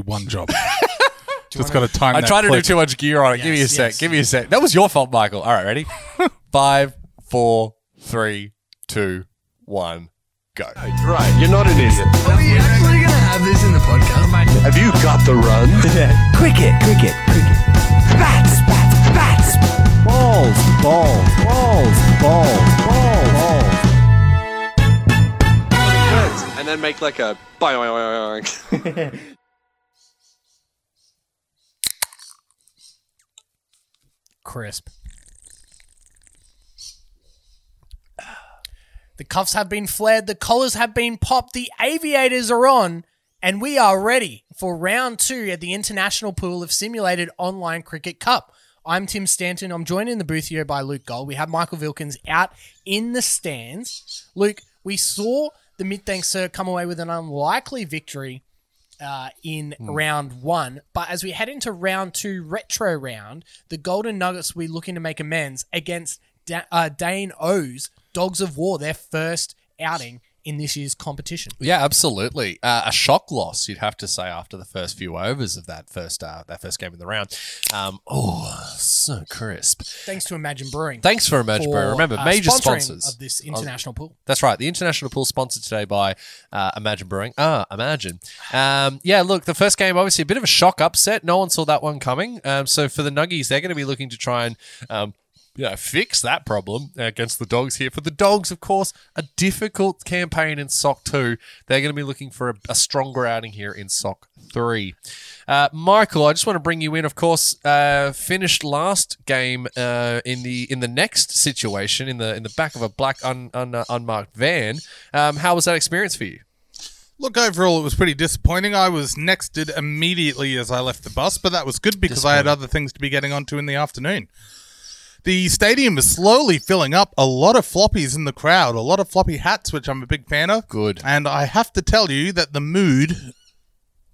one job. Just got to time. I that tried to do click. too much gear on it. give me a Yes, sec. yes. Give me a sec. That was your fault, Michael. All right, ready? Five, four, three, two, one, go. Right, you're not an idiot. Are we actually going to have this in the podcast? Have you got the runs? Cricket, cricket, cricket. Bats, bats, bats. Balls, balls, balls, balls, balls, balls. and then make like a boing. Crisp. The cuffs have been flared, the collars have been popped, the aviators are on, and we are ready for round two at the International Pool of Simulated Online Cricket Cup. I'm Tim Stanton. I'm joined in the booth here by Luke Gold. We have Michael Vilkins out in the stands. Luke, we saw the Midthank Sir come away with an unlikely victory uh, in Hmm. round one. But as we head into round two, retro round, the Golden Nuggets will be looking to make amends against da- uh, Dane O's Dogs of War, their first outing in this year's competition. Yeah, absolutely. Uh, a shock loss, you'd have to say, after the first few overs of that first uh, that first game in the round. Um, oh, so crisp. Thanks to Imagine Brewing. Thanks for Imagine Brew. for, Remember, uh, major sponsoring sponsors of this international pool. That's right. The international pool sponsored today by uh, Imagine Brewing. Ah, Imagine. Um, yeah, look, the first game obviously a bit of a shock upset. No one saw that one coming. Um, so for the Nuggies, they're going to be looking to try and. Um, you know, fix that problem against the dogs here. For the dogs, of course, a difficult campaign in SOC 2. They're going to be looking for a, a stronger outing here in SOC 3. Uh, Michael, I just want to bring you in. Of course, uh, finished last game uh, in the in the next situation in the in the back of a black un, un, uh, unmarked van. Um, how was that experience for you? Look, overall, it was pretty disappointing. I was nexted immediately as I left the bus, but that was good because I had other things to be getting onto in the afternoon. The stadium is slowly filling up. A lot of floppies in the crowd, a lot of floppy hats, which I'm a big fan of. Good. And I have to tell you that the mood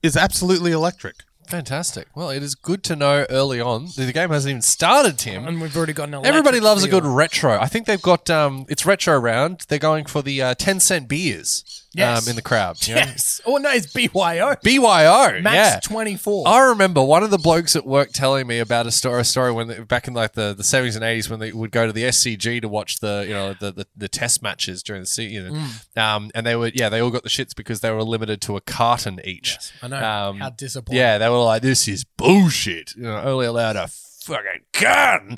is absolutely electric. Fantastic. Well, it is good to know early on that the game hasn't even started, Tim. And we've already got an electric Everybody loves feel. a good retro. I think they've got um, it's retro round. They're going for the uh, ten cent beers Yes. um, in the crowd. you know? Yes. Oh, no, it's BYO. BYO. Max yeah. 24. I remember one of the blokes at work telling me about a story, a story when they, back in like the, the 70s and 80s when they would go to the SCG to watch the you know the, the, the test matches during the season, um, and they were yeah they all got the shits because they were limited to a carton each. I know. Um, How disappointing. yeah, they were like, "This is bullshit." You know, only allowed a fucking gun.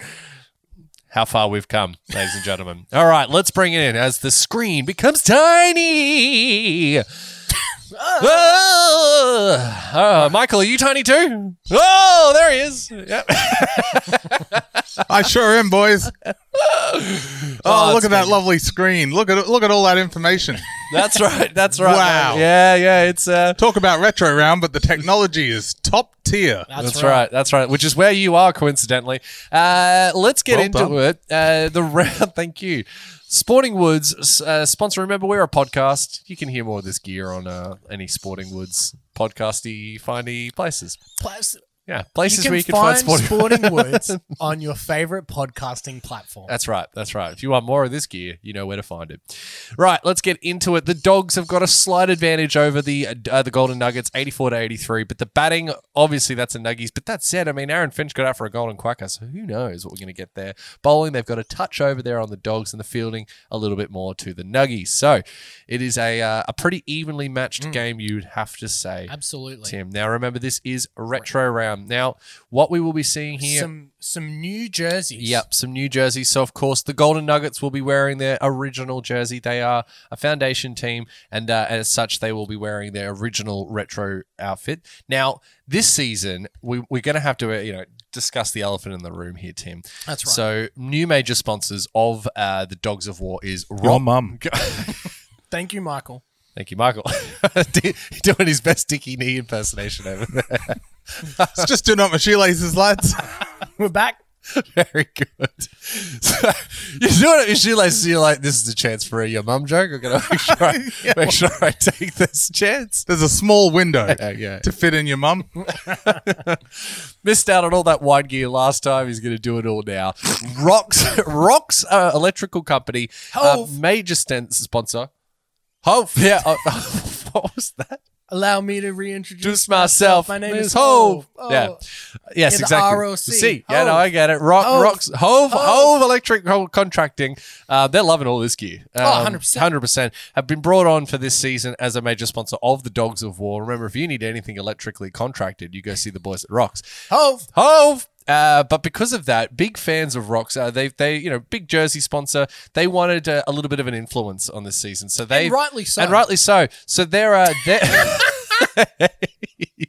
How far we've come, ladies and gentlemen. All right, let's bring it in as the screen becomes tiny. Ah. Oh, oh, Michael, are you tiny too? Oh, there he is. Yep. I sure am, boys. Oh, look it's at that Oh, good. lovely screen. Look at look at all that information. That's right. That's right. Wow. man. Yeah, yeah. It's uh, Talk about retro round, but the technology is top tier. That's, right. That's right. Which is where you are, coincidentally. Uh, let's get Well into done. it. Uh, the round. Thank you. Sporting Woods uh, sponsor. Remember, we're a podcast. You can hear more of this gear on uh, any Sporting Woods podcasty findy places. Plus, Yeah, you places can, where you can find, find, Sporting. Sporting Woods on your favorite podcasting platform. That's right. That's right. If you want more of this gear, you know where to find it. Right, let's get into it. The Dogs have got a slight advantage over the uh, the Golden Nuggets, eighty-four to eighty-three. But the batting, obviously, that's a Nuggies. But that said, I mean, Aaron Finch got out for a golden quacker, so who knows what we're going to get there. Bowling, they've got a touch over there on the Dogs, and the fielding a little bit more to the Nuggies. So it is a uh, a pretty evenly matched game, you'd have to say. Mm. Absolutely. Tim. Now remember, this is retro round. Now, what we will be seeing here Some some new jerseys. Yep, some new jerseys. So, of course, the Golden Nuggets will be wearing their original jersey. They are a foundation team, and uh, as such, they will be wearing their original retro outfit. Now, this season, we, we're going to have to, uh, you know, discuss the elephant in the room here, Tim. That's right. So, new major sponsors of uh, the Dogs of War is Rob. mum. Thank you, Michael. Thank you, Michael. Doing his best Dicky Knee impersonation over there. It's just doing up my shoelaces, lads. We're back. Very good. So, you do it at your shoelaces. You're like, this is a chance for a your mum joke. I'm gonna make sure I, make sure I take this chance. There's a small window Okay. to fit in your mum. Missed out on all that wine gear last time. He's gonna do it all now. Rocks, Rocks uh, Electrical Company, uh, Hove. major stent sponsor. Oh yeah. uh, what was that? Allow me to reintroduce Introduce myself. My name Liz is Hove. Hove. Yeah. Yes, Yeah, the exactly. ROC. The C. Yeah, no, Hove. I get it. Rock, Hove. Rocks. Hove, Hove, Hove. Electric Hove Contracting. Uh, they're loving all this gear. Oh, Um, 100%. 100%. Have been brought on for this season as a major sponsor of the Dogs of War. Remember, if you need anything electrically contracted, you go see the boys at Rocks. Hove. Hove. Uh, but because of that, big fans of Rocks, uh, they they you know big jersey sponsor. They wanted uh, a little bit of an influence on this season, so they And rightly so. and rightly so. So there are there.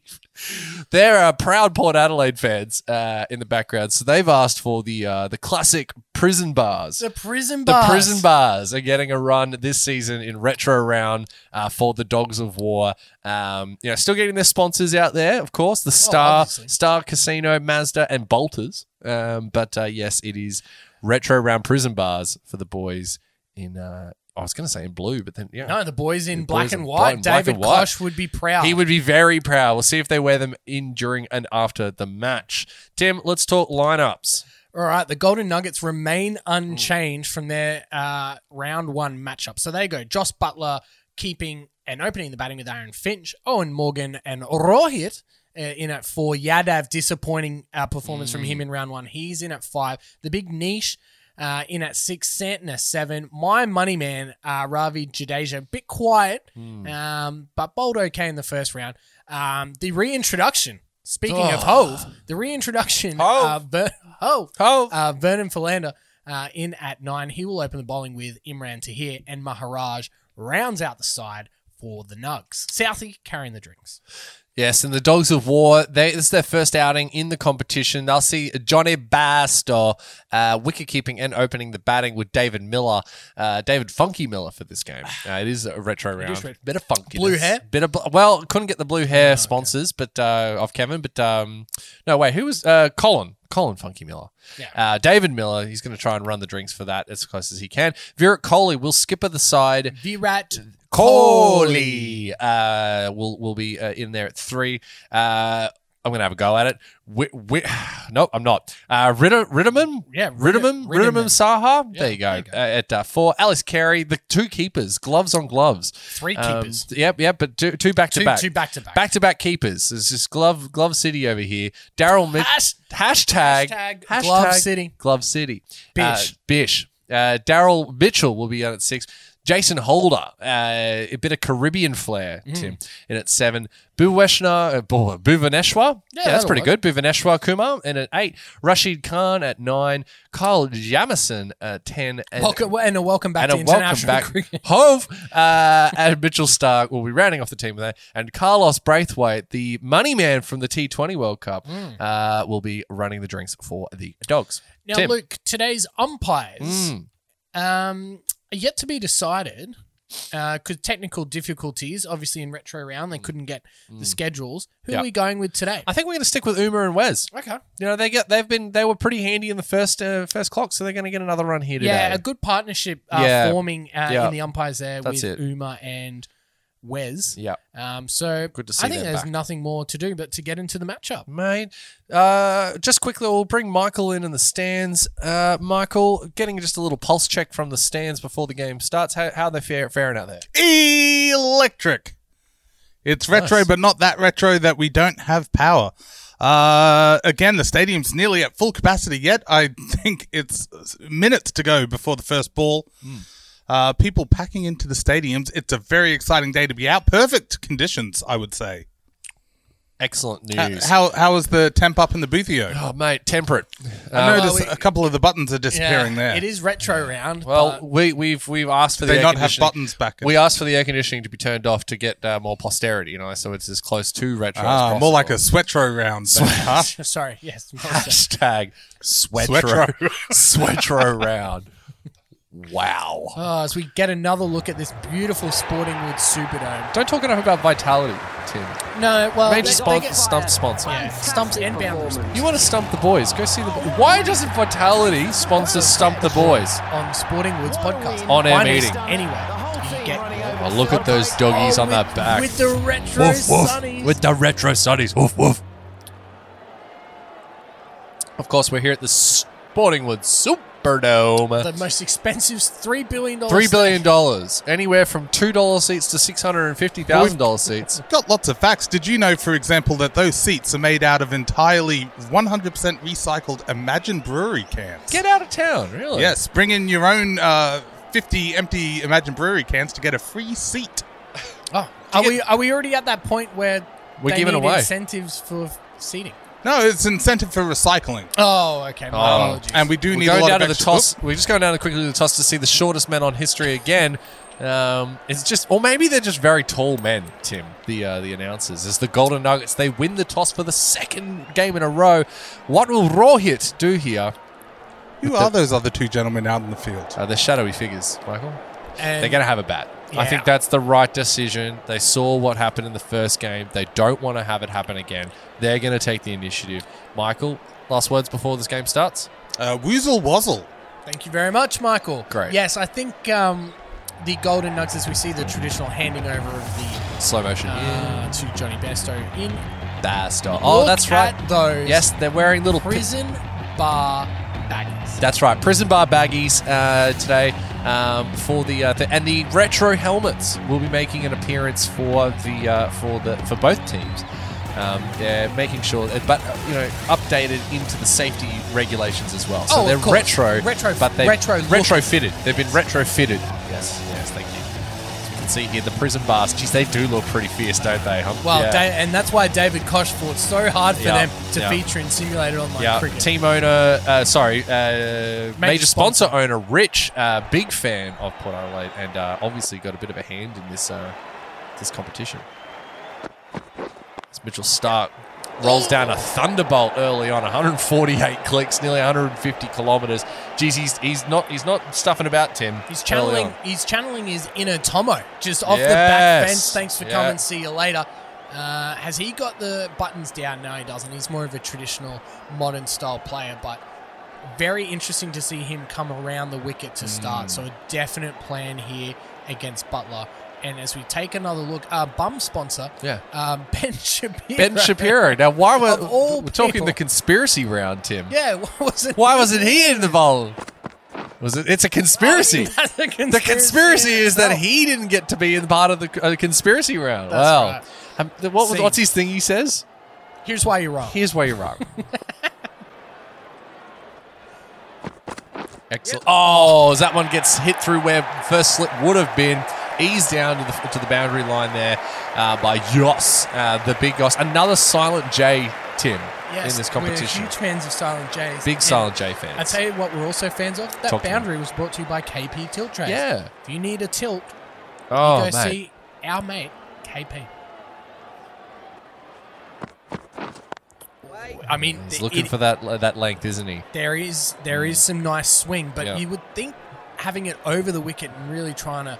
There are proud Port Adelaide fans uh, in the background, so they've asked for the uh, the classic prison bars. The prison The bars. prison bars are getting a run this season in retro round uh, for the Dogs of War. Um, you know, still getting their sponsors out there, of course, the Star Oh, obviously. Star Casino, Mazda, and Bolters. Um, but uh, yes, it is retro round prison bars for the boys in. Uh, I was going to say in blue, but then yeah, No, the boys in The black boys and in white. black and David white. Kosh would be proud. he would be very proud. We'll see if they wear them in during and after the match. Tim, let's talk lineups. All right, the Golden Nuggets remain unchanged from their uh, round one matchup. So they go Joss Butler keeping and opening the batting with Aaron Finch, Owen Morgan, and Rohit uh, in at four. Yadav, disappointing uh, performance from him in round one. He's in at five. The big niche. Uh, in at six, Santner seven. My money man, uh, Ravi Jadeja, a bit quiet, um, but bowled okay in the first round. Um, the reintroduction, speaking of Hove, the reintroduction Hove. of Ver- Hove, Hove. uh, Vernon Philander uh, in at nine. He will open the bowling with Imran Tahir and Maharaj rounds out the side for the Nugs. Southie carrying the drinks. Yes, and the Dogs of War, they, this is their first outing in the competition. They'll see Johnny Bast or uh, wicket keeping and opening the batting with David Miller, uh, David Funky Miller for this game. Uh, it is a retro round. retro. Bit of funky. Blue hair? Oh, Bit of, bl- well, couldn't get the blue hair sponsors but uh, off Kevin, but um, no, wait, who was uh, Colin? Colin Funky Miller. Yeah. Uh, David Miller, he's going to try and run the drinks for that as close as he can. Virat Kohli will skipper the side. Virat Uh, Coley uh, will will be uh, in there at three. Uh, I'm gonna have a go at it. Wi- wi- no, I'm not. Uh, Ritter- Ritterman, Yeah, Ritter- Ritterman, Ritterman. Ritterman Saha. there you go. there you go. Uh, at uh, four, Alice Carey, the two keepers, gloves on gloves, Three Um, keepers. yep, yep, but two, two back Two- to back, two back-to-back. back to back keepers. It's just glove glove city over here. Daryl Mitch, Hash- hashtag, hashtag Glove City. Glove City. Uh, Bish. Bish. Uh, Daryl Mitchell will be on at six. Jason Holder, uh, a bit of Caribbean flair, Hmm. Tim, in at seven. Bhuveshna, uh, Bhu- Bhuvaneshwar. Yeah, that's that'll pretty work. good. Bhuvaneshwar Kumar in at eight. Rashid Khan at nine. Kyle Jamison at 10. And Welcome, and a welcome back to and a welcome international back. cricket. Hove uh, and Mitchell Stark will be rounding off the team there. And Carlos Braithwaite, the money man from the T20 World Cup, uh, will be running the drinks for the dogs. Hmm. Now, Tim. Luke, today's umpires Mm. um, are yet to be decided because technical difficulties, obviously in retro round, they couldn't get the schedules. Who Mm. Yeah. are we going with today? I think we're going to stick with Uma and Wes. Okay. You know they get they've been they were pretty handy in the first uh, first clock, so they're going to get another run here today. Yeah, a good partnership uh, Yeah. forming uh, Yeah. in the umpires there That's it. with Uma and Wes. Yeah. Um, so Good to I see think them there's back. nothing more to do but to get into the matchup. mate. Uh, just quickly, we'll bring Michael in in the stands. Uh, Michael, getting just a little pulse check from the stands before the game starts. How how are they fare, faring out there? electric. It's retro, Nice. but not that retro that we don't have power. Uh, again, the stadium's nearly at full capacity yet. I think it's minutes to go before the first ball. Hmm. Uh, people packing into the stadiums. It's a very exciting day to be out. Perfect conditions, I would say. Excellent Uh, news. How how is the temp up in the boothio? oh, mate, temperate. I Um, noticed well, we- a couple of the buttons are disappearing there. It is retro round. well, but we, we've we've asked for the They air not have conditioning. buttons back. We asked for the air conditioning to be turned off to get uh, more posterity, you know, so it's as close to retro as ah, possible. more like a sweatro round. than- huh? sorry, yes. hashtag sweatro Sweatro. sweatro round. Wow. oh, as we get another look at this beautiful Sporting Woods Superdome. Don't talk enough about vitality, Tim. No, well, Major they- they spon- get- stump sponsor. yeah, stumps and boundaries You want to stump the boys? Go see the. Bo- Why doesn't Vitality sponsor Stump the Boys? on Sporting Woods podcast On air Find us meeting. Anyway, you get Oh, Well, Oh, look at those doggies on that back. with the retro sunnies. With the retro sunnies. Woof woof. Of course, we're here at the Sporting Woods Super Superdome. The most expensive $3 billion. Three billion dollars, anywhere from two dollar seats to six hundred and fifty thousand dollar seats. Got lots of facts. Did you know, for example, that those seats are made out of entirely 100% recycled Imagine Brewery cans? Get out of town, really? yes, bring in your own uh, 50 empty Imagine Brewery cans to get a free seat. Oh, are, we, are we already at that point where We're they giving need away. incentives for seating? No, it's incentive for recycling. Oh, okay. My apologies. And we do We're need a going lot down to of the extra- toss. We're just going down quickly to the toss to see the shortest men on history again. Um, it's just, or maybe they're just very tall men. Tim, the uh, the announcers, as the Golden Nuggets, they win the toss for the second game in a row. What will Rawhit do here? Whoop. Oh, Who are those other two gentlemen out in the field? Uh, they're shadowy figures, Michael. And- They're going to have a bat. I Yeah. think that's the right decision. They saw what happened in the first game. They don't want to have it happen again. They're going to take the initiative. Michael, last words before this game starts. Uh, Woozle Wazzle. Thank you very much, Michael. Great. Yes, I think um, the Golden Nuggets, as we see the traditional handing over of the Slow motion. uh, Yeah. to Johnny Besto in. Bastard. Oh, Look that's right. At those Yes, they're wearing little. pri- prison bar baggies. that's right, prison bar baggies uh, today um, for the, uh, the and the retro helmets will be making an appearance for the uh, for the for both teams. Um, they're making sure, but uh, you know, updated into the safety regulations as well. So Oh, of they're course. retro, Retro- but they retro look. retrofitted. They've been retrofitted. Yes, yes, thank you. As you can see here, the prison bars. Geez, they do look pretty fierce, don't they? Huh? Well, Yeah. da- and that's why David Koch fought so hard for Yeah, them to yeah. feature in simulated online yeah, cricket. team owner, uh, sorry, uh, major, sponsor, sponsor. owner Rich, uh, big fan of Port Adelaide, and uh, obviously got a bit of a hand in this uh, this competition. As Mitchell Stark rolls down a thunderbolt early on, 148 clicks, nearly 150 kilometers. Geez, he's, he's not he's not stuffing about Tim. He's early channeling. on. He's channeling his inner Tomo, just off the back Yes. fence. Thanks for Yeah. coming. See you later. Uh, has he got the buttons down? No, he doesn't. He's more of a traditional, modern style player, but very interesting to see him come around the wicket to start. Mm. So a definite plan here against Butler. And as we take another look, our bum sponsor, Yeah. um, Ben Shapiro. Ben Shapiro. Now, why were Of all we're talking people. the conspiracy round, Tim? Yeah, what was it? Why wasn't he in the bowl? Was it? It's a conspiracy. That's a conspiracy. The conspiracy in is that itself. he didn't get to be in part of the uh, conspiracy round. That's wow. right. Um, th- what was, See. what's his thing he says? Here's why you're wrong. Here's where you're wrong. Excellent. Oh, as that one gets hit through where first slip would have been. Eased down to the, to the boundary line there uh, by Yoss, uh, the big Yoss. Another silent J, Tim, in this competition. We're huge fans of Silent J's. Big And silent J fans. I tell you what, we're also fans of that Talk to me. boundary was brought to you by KP Tilt Trays. Yeah. If you need a tilt, oh, go mate. see our mate KP. I mean, He's th- looking it- for that that length, isn't he? there is there is some nice swing, but Yeah. you would think having it over the wicket and really trying to,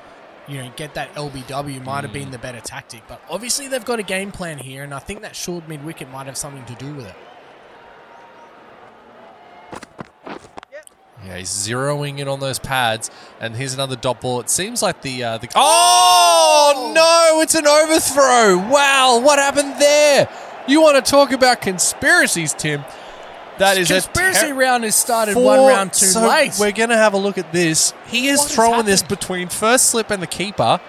you know, get that LBW might have Mm. been the better tactic. But obviously they've got a game plan here, and I think that short mid wicket might have something to do with it. Yeah, he's zeroing in on those pads, and here's another dot ball. It seems like the uh, the oh no, it's an overthrow! Wow, what happened there? You want to talk about conspiracies, Tim? That is conspiracy a ter- round has started Four- one round too so late. We're gonna have a look at this. He is What has throwing this happened? between first slip and the keeper.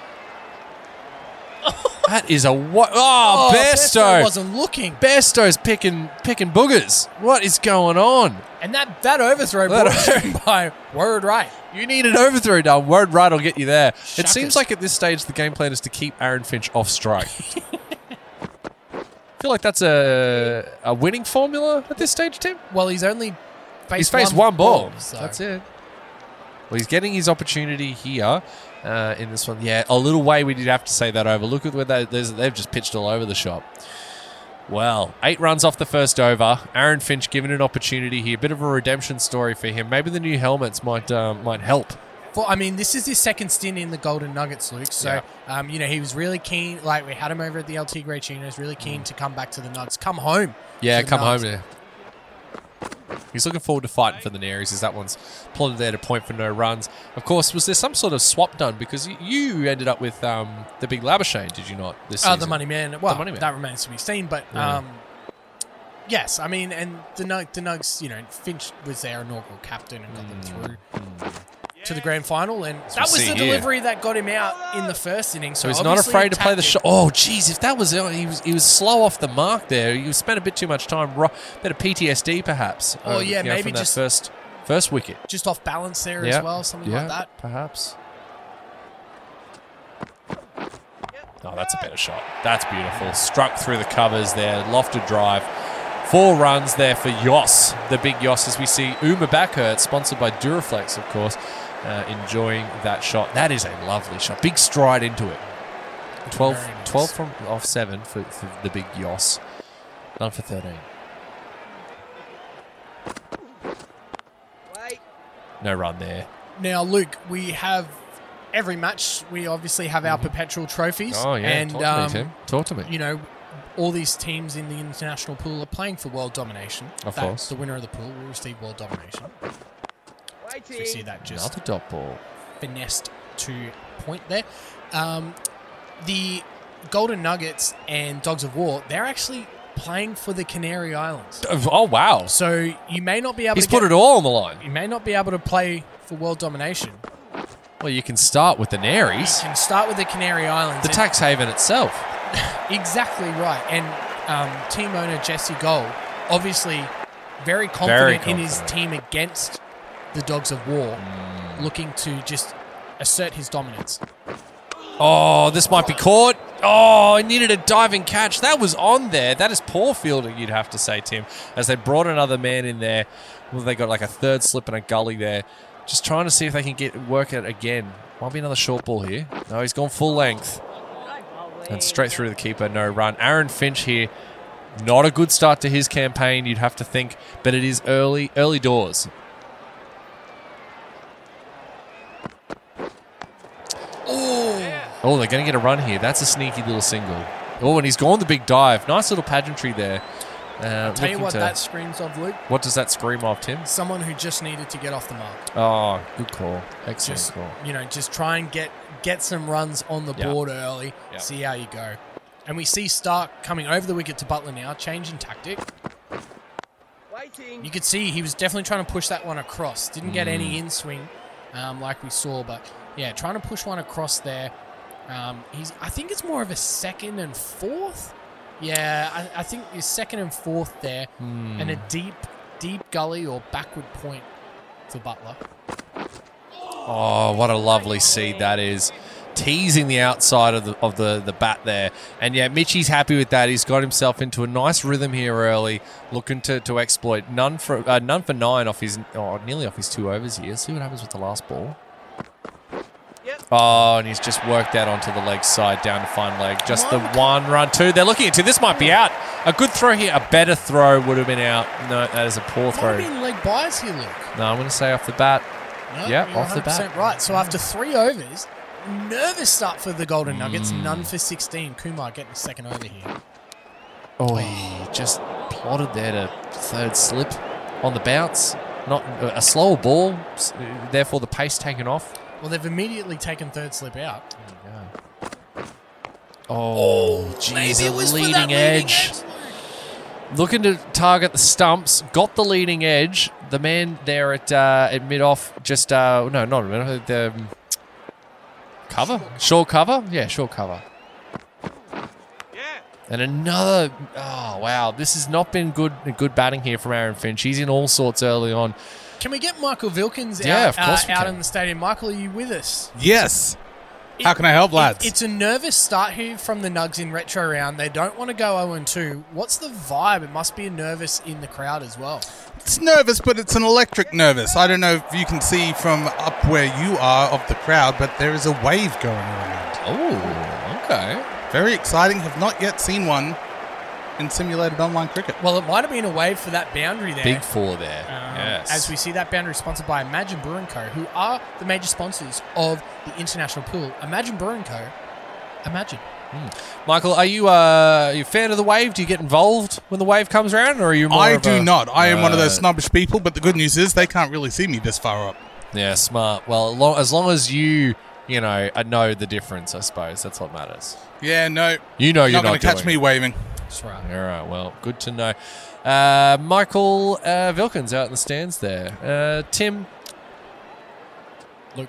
that is a what? Oh, Besto Besto! wasn't looking, Besto's picking picking boogers. What is going on? and that that overthrow That brought in by Word Right. You need an overthrow done. Word right will get you there. It seems Shuckers. like at this stage the game plan is to keep Aaron Finch off strike. I feel like that's a a winning formula at this stage, Tim. Well, he's only faced He's faced one, ball. so- That's it. Well, he's getting his opportunity here uh, in this one. Yeah, a little way we did have to say that over. Look at where they, there's- they've just pitched all over the shop. Well, eight runs off the first over. Aaron Finch given an opportunity here. Bit of a redemption story for him. Maybe the new helmets might um, might help. For, I mean, this is his second stint in the Golden Nuggets, Luke. So, Yeah. um, you know, he was really keen. Like we had him over at the LT Grey Chinos, really keen to come back to the Nugs, come home. Mm. Yeah, to the come home. Nugs. Yeah. He's looking forward to fighting for the Nares as that one's plotted there to point for no runs. Of course, was there some sort of swap done? Because y- you ended up with um, the big Labuschagne, did you not? This Oh, the season? money man. Well, money man. that remains to be seen. But Yeah. um, Yes, I mean, and the Nug, the Nugs, you know, Finch was their inaugural captain and got them Mm. through to the grand final, and that was see the here. delivery that got him out in the first innings. So he's not obviously afraid to a play the tactic- shot. Oh, geez, if that was he was he was slow off the mark there. He spent a bit too much time. Ro- bit of PTSD, perhaps. um, Oh, yeah, you know, maybe from that just- first first wicket. just off balance there Yeah, as well, something yeah, like that. Perhaps. Oh, that's a better shot. That's beautiful. Struck through the covers there. Lofted drive. Four runs there for Yoss, the big Yoss, as we see Uma Backhurt, sponsored by Duraflex, of course, uh, enjoying that shot. That is a lovely shot. Big stride into it. 12, Very nice. 12 from off seven for, for the big Yoss. None for 13. No run there. Now, Luke, we have every match. We obviously have our perpetual trophies. Mm-hmm. Oh, yeah. and Talk to um, me, Tim. Talk to me. you know, all these teams in the international pool are playing for world domination. Of That- course. the winner of the pool will receive world domination. So you see that just Another dot ball. finessed to point there. Um, the Golden Nuggets and Dogs of War, they're actually playing for the Canary Islands. Oh wow! So you may not be able He's to get- put it all on the line. you may not be able to play for world domination. Well, you can start with the You Naries, can start with the Canary Islands. the and- tax haven itself. Exactly right. And um, team owner Jesse Gold, obviously very confident, Very in his team confident. Mm. against the Dogs of War, looking to just assert his dominance. Oh, this might be caught. Oh, I needed a diving catch. That was on there. That is poor fielding, you'd have to say, Tim, as they brought another man in there. Well, they got like a third slip and a gully there. Just trying to see if they can get work it again. Might be another short ball here. No, he's gone full length and straight through the keeper. No run. Aaron Finch here. Not a good start to his campaign, you'd have to think, but it is early, early doors. Oh, they're going to get a run here. That's a sneaky little single. Oh, and he's gone the big dive. Nice little pageantry there. Uh, Tell you looking what, to- that screams of Luke. what does that scream of, Tim? Someone who just needed to get off the mark. Oh, good call. Excellent Just call. you know, just try and get get some runs on the Yeah. board early. Yeah. See how you go. And we see Stark coming over the wicket to Butler now, changing tactic. You could see he was definitely trying to push that one across. Didn't get Mm. any in swing, um, like we saw, but yeah, trying to push one across there. Um, he's, I think it's more of a second and fourth. Yeah, I, I think it's second and fourth there, and Hmm. a deep, deep gully or backward point for Butler. Oh, what a lovely seed that is. Teasing the outside of the of the, the bat there. And yeah, Mitchy's happy with that. He's got himself into a nice rhythm here early, looking to, to exploit. None for uh, none for nine off his oh, nearly off his two overs here. See what happens with the last ball. Oh, and he's just worked that onto the leg side, down to fine leg. Just the one run, two. They're looking into this might be out. A good throw here. A better throw would have been out. No, that is a poor Might have throw. been leg buys here, Luke. No, I'm going to say off the bat. No, Yeah, you're off the bat. 100% Right. So after three overs, nervous start for the Golden Nuggets. Hmm. None for 16. Kumar getting the second over here. Oh, he just plotted there to third slip on the bounce. Not uh, a slower ball, s- therefore the pace taken off. Well, they've immediately taken third slip out. Oh, jeez, a leading edge. Looking to target the stumps, got the leading edge. The man there at uh, at mid off, just uh, no, not mid off, the um, cover, short cover, yeah, short cover. And another, oh wow, this has not been good. Good batting here from Aaron Finch. He's in all sorts early on. Can we get Michael Vilkins Yeah, out, of course uh, we out can. in the stadium? Michael, are you with us? Yes. How It- can I help, it- lads? it's a nervous start here from the Nugs in retro round. They don't want to go 0 2. What's the vibe? It must be nervous in the crowd as well. It's nervous, but it's an electric nervous. I don't know if you can see from up where you are of the crowd, but there is a wave going around. Oh, okay. Very exciting. Have not yet seen one in simulated online cricket. Well, it might have been a wave for that boundary there. Big four there. Um, yes. As we see that boundary sponsored by Imagine Brewing Co., who are the major sponsors of the international pool. Imagine Brewing Co. Imagine. Michael, are you, uh, are you a fan of the wave? Do you get involved when the wave comes around, or are you more? I of do a- not. I am one of those Uh, snobbish people, but the good news is they can't really see me this far up. Yeah, smart. Well, lo- as long as you, you know, uh, know the difference, I suppose that's what matters. Yeah, no. You know, You're you're not not, going to catch doing me it. waving. That's right. All right. Well, good to know. Uh, Michael uh, Vilkins out in the stands there. Uh, Tim. Look.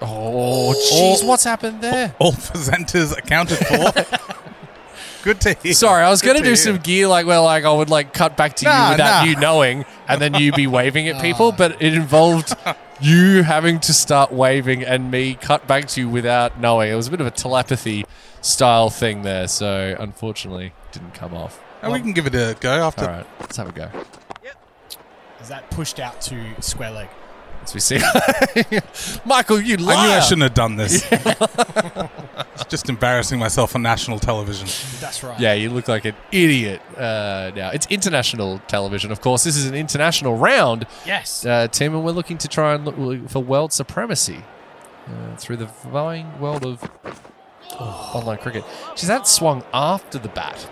Oh, jeez. What's happened there? All presenters accounted for. Good to hear. Sorry, I was Good going to do hear. some gear like where like I would like cut back to Nah, you without nah. Ah. you knowing, and then you be waving at people, but it involved you having to start waving and me cut back to you without knowing. It was a bit of a telepathy style thing there, so unfortunately didn't come off. And we can give it a go after. All right, let's have a go. Is that pushed out to square leg? As we see, Michael, you liar. I knew I shouldn't have done this. it's just embarrassing myself on national television. That's right. Yeah, you look like an idiot. Uh, now it's international television, of course. This is an international round, Yes. uh, Tim, and we're looking to try and look for world supremacy uh, through the vying world of oh, online cricket. Geez, that swung after the bat.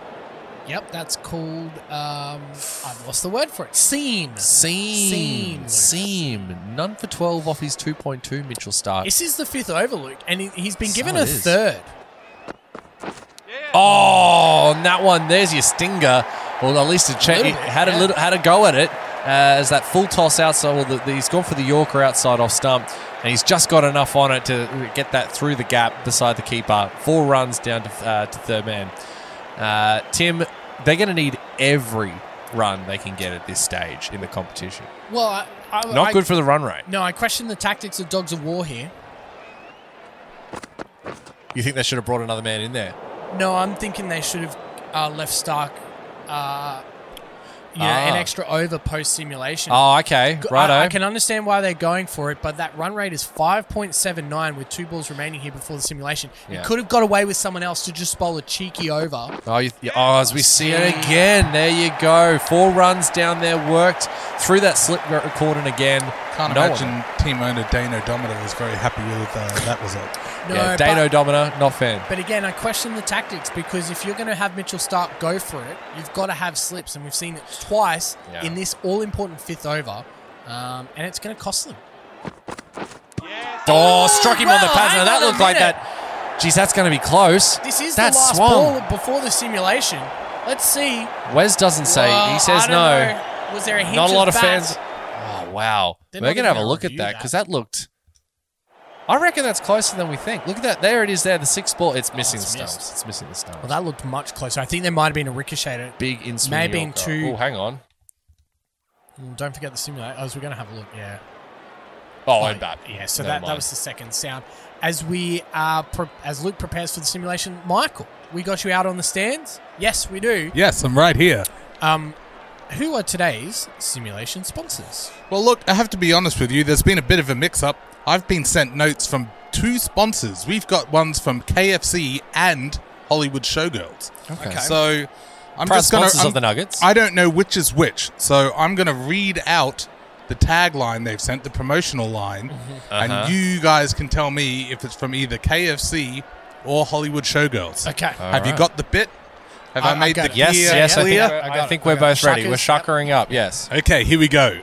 Yep. That's called. Um, I've lost the word for it. Seam. Seam, Seam. seam. None for twelve off his two point two. Mitchell Stark. This is the fifth over, Luke, and he, he's been Uh, So given it a is. third. Oh, and that one. There's your stinger. Well, at least it, cha- little it bit, had a yeah. little had a go at it uh, as that full toss outside. Well, the, the- he's gone for the Yorker outside off stump, and he's just got enough on it to get that through the gap beside the keeper. Four runs down to, uh, to third man. Uh, Tim, they're going to need every run they can get at this stage in the competition. Well, I, I, Not I- good for the run rate. No, I question the tactics of Dogs of War here. You think they should have brought another man in there? No, I'm thinking they should have uh, left Stark, uh, you know, an Ah. extra over post simulation. Oh, okay, G- righto. I, I can understand why they're going for it, but that run rate is 5.79 with two balls remaining here before the simulation. Yeah. You could have got away with someone else to just bowl a cheeky over. Oh, you, you- oh, as we see it again. There you go. Four runs down there, worked through that slip cordon again. Can't No imagine team owner Dane O'Donovan was very happy with uh, that result. One. No, Yeah, but- Dano Domina, not fan. But again, I question the tactics because if you're going to have Mitchell Stark go for it, you've got to have slips, and we've seen it twice Yeah. in this all-important fifth over, um, and it's going to cost them. Oh, struck him on the wow, pads. Now hang that on a looked like minute. that. Geez, that's going to be close. This is that the last swung. ball before the simulation. Let's see. Wes doesn't say. Well, he says I don't no. know. Was there a hint? Not a lot of of bat? fans. Oh wow, They're we're not gonna have a even look at gonna that review because that. that looked. I reckon that's closer than we think. Look at that. There it is. There, the sixth ball. It's missing Oh, it's the missed. stumps. It's missing the stumps. Well, that looked much closer. I think there might have been a ricochet. at it. big in swing Maybe in two- Oh, hang on. Mm, Don't forget the simulator. Oh, so we're going to have a look. Yeah. Oh, and bat. Yeah. So Never that, that mind. was the second sound. As we uh, pre- as Luke prepares for the simulation, Michael, we got you out on the stands. Yes, we do. Yes, I'm right here. Um, who are today's simulation sponsors? Well, look, I have to be honest with you. There's been a bit of a mix up. I've been sent notes from two sponsors. We've got ones from KFC and Hollywood Showgirls. Okay. So I'm Proud just going sponsors to. of the Nuggets. I don't know which is which. So I'm going to read out the tagline they've sent, the promotional line, Uh-huh. and you guys can tell me if it's from either KFC or Hollywood Showgirls. Okay. Have you Alright. got the bit? Have I, I- I made got the it. Yes, gear yes, I think, clear? I got I it, think I we're got it. both ready. We're Shuckers, shuckering up, yes. Okay, here we go.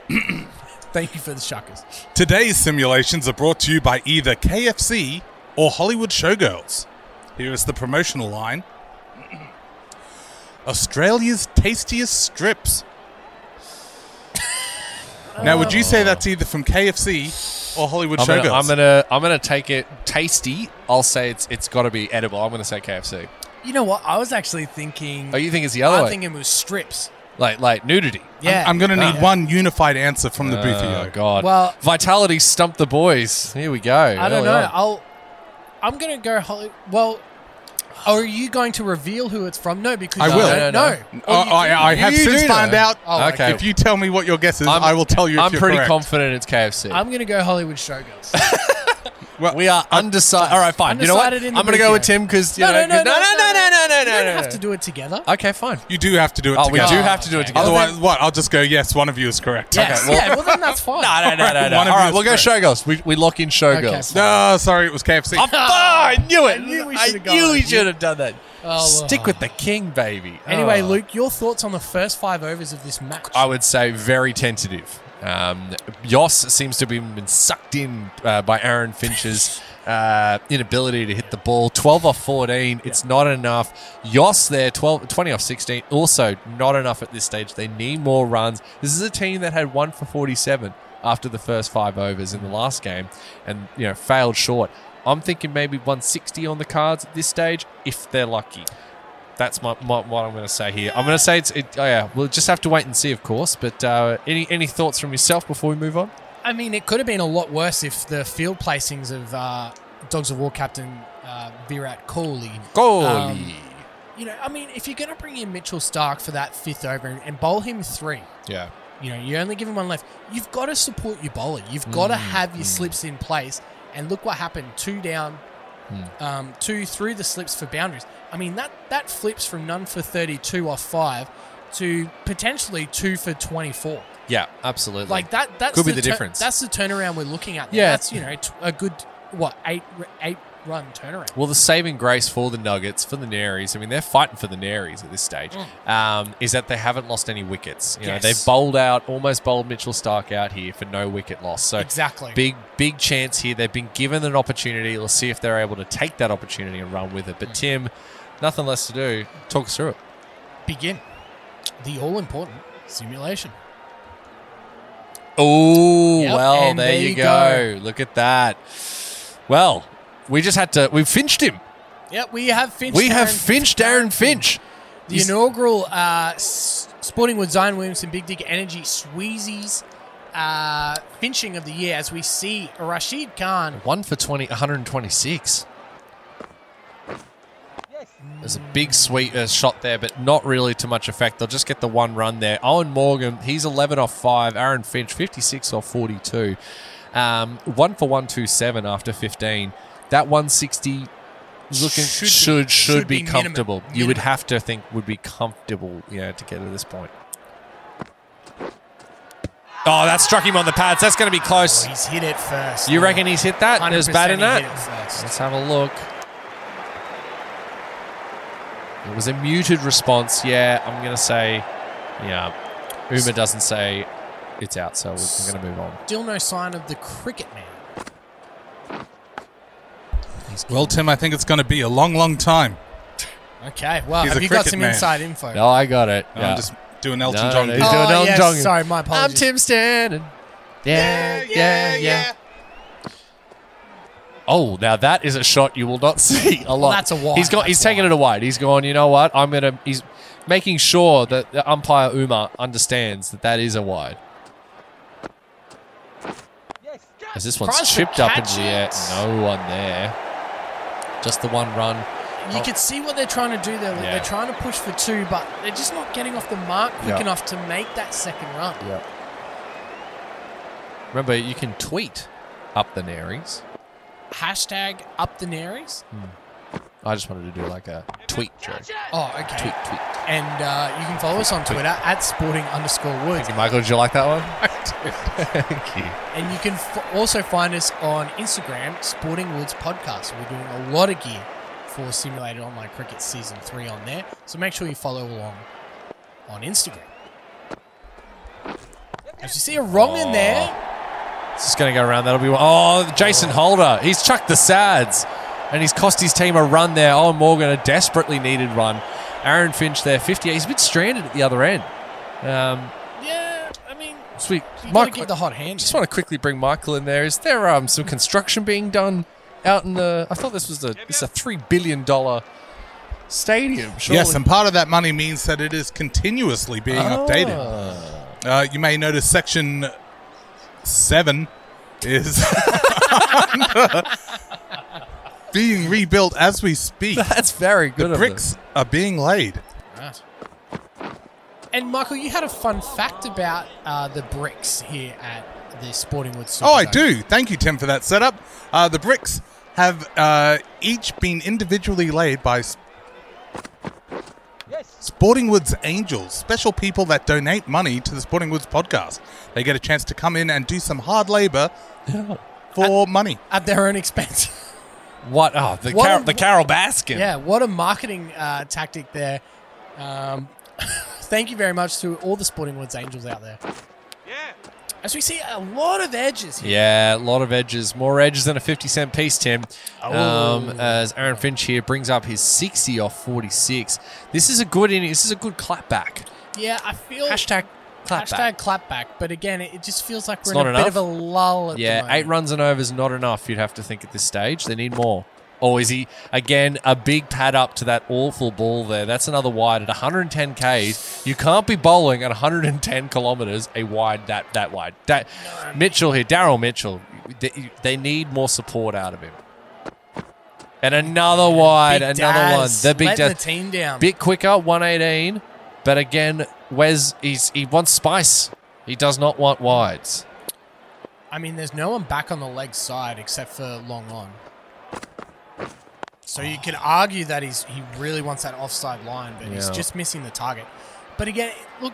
Thank you for the shockers. Today's simulations are brought to you by either KFC or Hollywood Showgirls. Here is the promotional line Australia's tastiest strips. Now, would you say that's either from KFC or Hollywood I'm Showgirls? gonna, I'm gonna, I'm gonna take it tasty. I'll say it's, it's got to be edible. I'm gonna say KFC. Um, You know what? I was actually thinking. Oh, you think it's the other I'm way? thinking it was strips. like, like nudity. Yeah. I'm going to need Yeah. Uh, one unified answer from the booth Oh here. God. Well- vitality stumped the boys. Here we go. I don't Early know. on. I'll. I'm gonna go. Holly, well, are you going to reveal who it's from? No, because I you will. don't No, no, know. I, I, I have Oh, You since do found know. out. Oh, okay. If you tell me what your guess is, I'm- I will tell you if I'm you're pretty correct. confident it's KFC. I'm gonna go Hollywood Showgirls. Well, we are undecided. All right, fine. You know what? Undecided in the I'm gonna booth go with here. Tim because you no, know. no, no, no, no, no, no, no, no, You don't no, Uh, have to do it together. Okay, fine. You do have to do it Oh, we together. do Oh, have to do it okay. together. Otherwise, what? I'll just go, yes, one of you is correct. Yes. well- yeah. Well, then that's fine. No, no, no, no, no. One of All you right, is we'll go showgirls. We, we lock in showgirls. Okay. No, sorry, it was KFC. Oh, I knew it. I I knew knew we we should've gone with you. should have done that. Oh, Stick well. with the king, baby. Anyway, Oh. Luke, your thoughts on the first five overs of this match? I would say very tentative. Um, Yoss seems to have been been sucked in uh, by Aaron Finch's uh, inability to hit the ball. 12 off 14, it's not enough. Yoss there, 12, 20 off 16, also not enough at this stage. They need more runs. This is a team that had one for 47 after the first five overs in the last game and, you know, failed short. I'm thinking maybe 160 on the cards at this stage if they're lucky. That's my, my what I'm going to say here. I'm going to say it's it, oh yeah. We'll just have to wait and see, of course. But uh, any any thoughts from yourself before we move on? I mean, it could have been a lot worse if the field placings of uh, Dogs of War captain uh, Virat Kohli. Um, you know, I mean, if you're going to bring in Mitchell Stark for that fifth over and, and bowl him three, yeah. you know, you only give him one left. You've got to support your bowler. You've got to have your slips in place. And look what happened: two down, um, two through the slips for boundaries. I mean, that that flips from none for thirty-two off five to potentially two for twenty-four. Yeah, absolutely. Like that. That's Could be the tur- difference. That's the turnaround we're looking at. Yeah. Yeah, that's you know t- a good what eight eight run turnaround. Well, the saving grace for the Nuggets, for the Naries, I mean, they're fighting for the Naries at this stage, um, is that they haven't lost any wickets. You know, Mm. Yes. they've bowled out, almost bowled Mitchell Stark out here for no wicket loss. So Exactly. big, big chance here. They've been given an opportunity. Let's see if they're able to take that opportunity and run with it. Mm. But Tim, nothing less to do. Talk us through it. Begin the all important simulation. Oh, Yep, well, and there, there you you go. Look at that. Well, we just had to, we've finched him. Yep, we have Finch. we have Darren- finched Darren Finch. The He's- inaugural uh, S- Sporting with Zion Williamson Big Dig Energy Sweezies uh, finching of the year as we see Rashid Khan. One for 20, 126. There's a big sweet uh, shot there, but not really to much effect. They'll just get the one run there. Owen Morgan, he's 11 off 5. Aaron Finch, 56 off 42. Um, one for 127 after 15. That 160 is looking should, Should be- should, should be, be minimum- comfortable. You would have to think would be comfortable, you know, to get to this point. Oh, that struck him on the pads. That's going to be close. Oh, He's hit it first. You reckon he's hit that? It was bad 100% in he hit that? it first. Let's have a look. It was a muted response. Yeah, I'm going to say, yeah. Uma doesn't say it's out, so we're going to move on. Still no sign of the cricket man. Well, Tim, I think it's going to be a long, long time. Okay, well, He's have a you got cricket some man. inside info? No, I got it. Yeah. I'm just doing Elton No, John. no, bit. he's doing Oh, Elton yes, John. sorry, my I'm apologies. Tim Stanton. Yeah, yeah, yeah, Oh, now that is a shot you will not see a lot. that's a wide, He's got. He's that's taking wide. it a wide. He's going. You know what? I'm gonna. He's making sure that the umpire Uma understands that that is a wide. As this one's Tries to chipped up into catch the air. it. No one there. Just the one run. You can see what they're trying to do there. Like, Yeah. They're trying to push for two, but they're just not getting off the mark quick Yeah. enough to make that second run. Remember, you can tweet up the Naries. Hashtag up the Naries. I just wanted to do like a tweet joke. Oh, okay. Tweet, tweet. And uh, you can follow us on Twitter at sporting underscore woods. Thank you, Michael. Did you like that one? Thank you. And you can f- also find us on Instagram, Sporting Woods Podcast. We're doing a lot of gear for Simulated Online Cricket Season 3 on there. So make sure you follow along on Instagram. As you see a wrong in there, It's just going to go around. That'll be one. Oh, Jason Holder. He's chucked the sads. And he's cost his team a run there. Owen Morgan, a desperately needed run. Aaron Finch there, 58. He's a bit stranded at the other end. Um, yeah, I mean, sweet. you got to Mike, keep the hot hand. just in. want to quickly bring Michael in there. Is there um, some construction being done out in the. I thought this was a, it's a $3 billion stadium. Surely. Yes, and part of that money means that it is continuously being updated. Ah. Uh, you may notice section seven is being rebuilt as we speak. That's very good. of them. Bricks are being laid. Right. And Michael, you had a fun fact about uh, the bricks here at the Sporting Woods. Oh, I Superdome. do. Thank you, Tim, for that setup. Uh, the bricks have uh, each been individually laid by S- Sporting Woods Angels, special people that donate money to the Sporting Woods podcast. They get a chance to come in and do some hard labor for money. At their own expense. What? Oh, the, What Carol, a- the Carol Baskin. Yeah, what a marketing uh, tactic there. Um, thank you very much to all the Sporting Woods Angels out there. As we see a lot of edges here. Yeah, a lot of edges. More edges than a 50 cent piece, Tim. Um, as Aaron Finch here brings up his 60 off 46. This is a good inning. This is a good clapback. Yeah, I feel Hashtag clapback. hashtag clapback, but again, it it just feels like we're It's in a not bit of a enough. lull at the yeah, moment. eight runs and overs not enough, you'd have to think at this stage. They need more. Or is he, again, a big pad up to that awful ball there? That's another wide at 110 Ks. You can't be bowling at 110 kilometres a wide that that wide. That Mitchell here, Daryl Mitchell, they, they need more support out of him. And another wide, Big another one. Daz The big letting death. the team down. Bit quicker, 118. But again, Wes, he's, he wants spice. He does not want wides. I mean, there's no one back on the leg side except for Long On. So you could argue that he's he really wants that offside line, but he's Yeah. just missing the target. But again, look,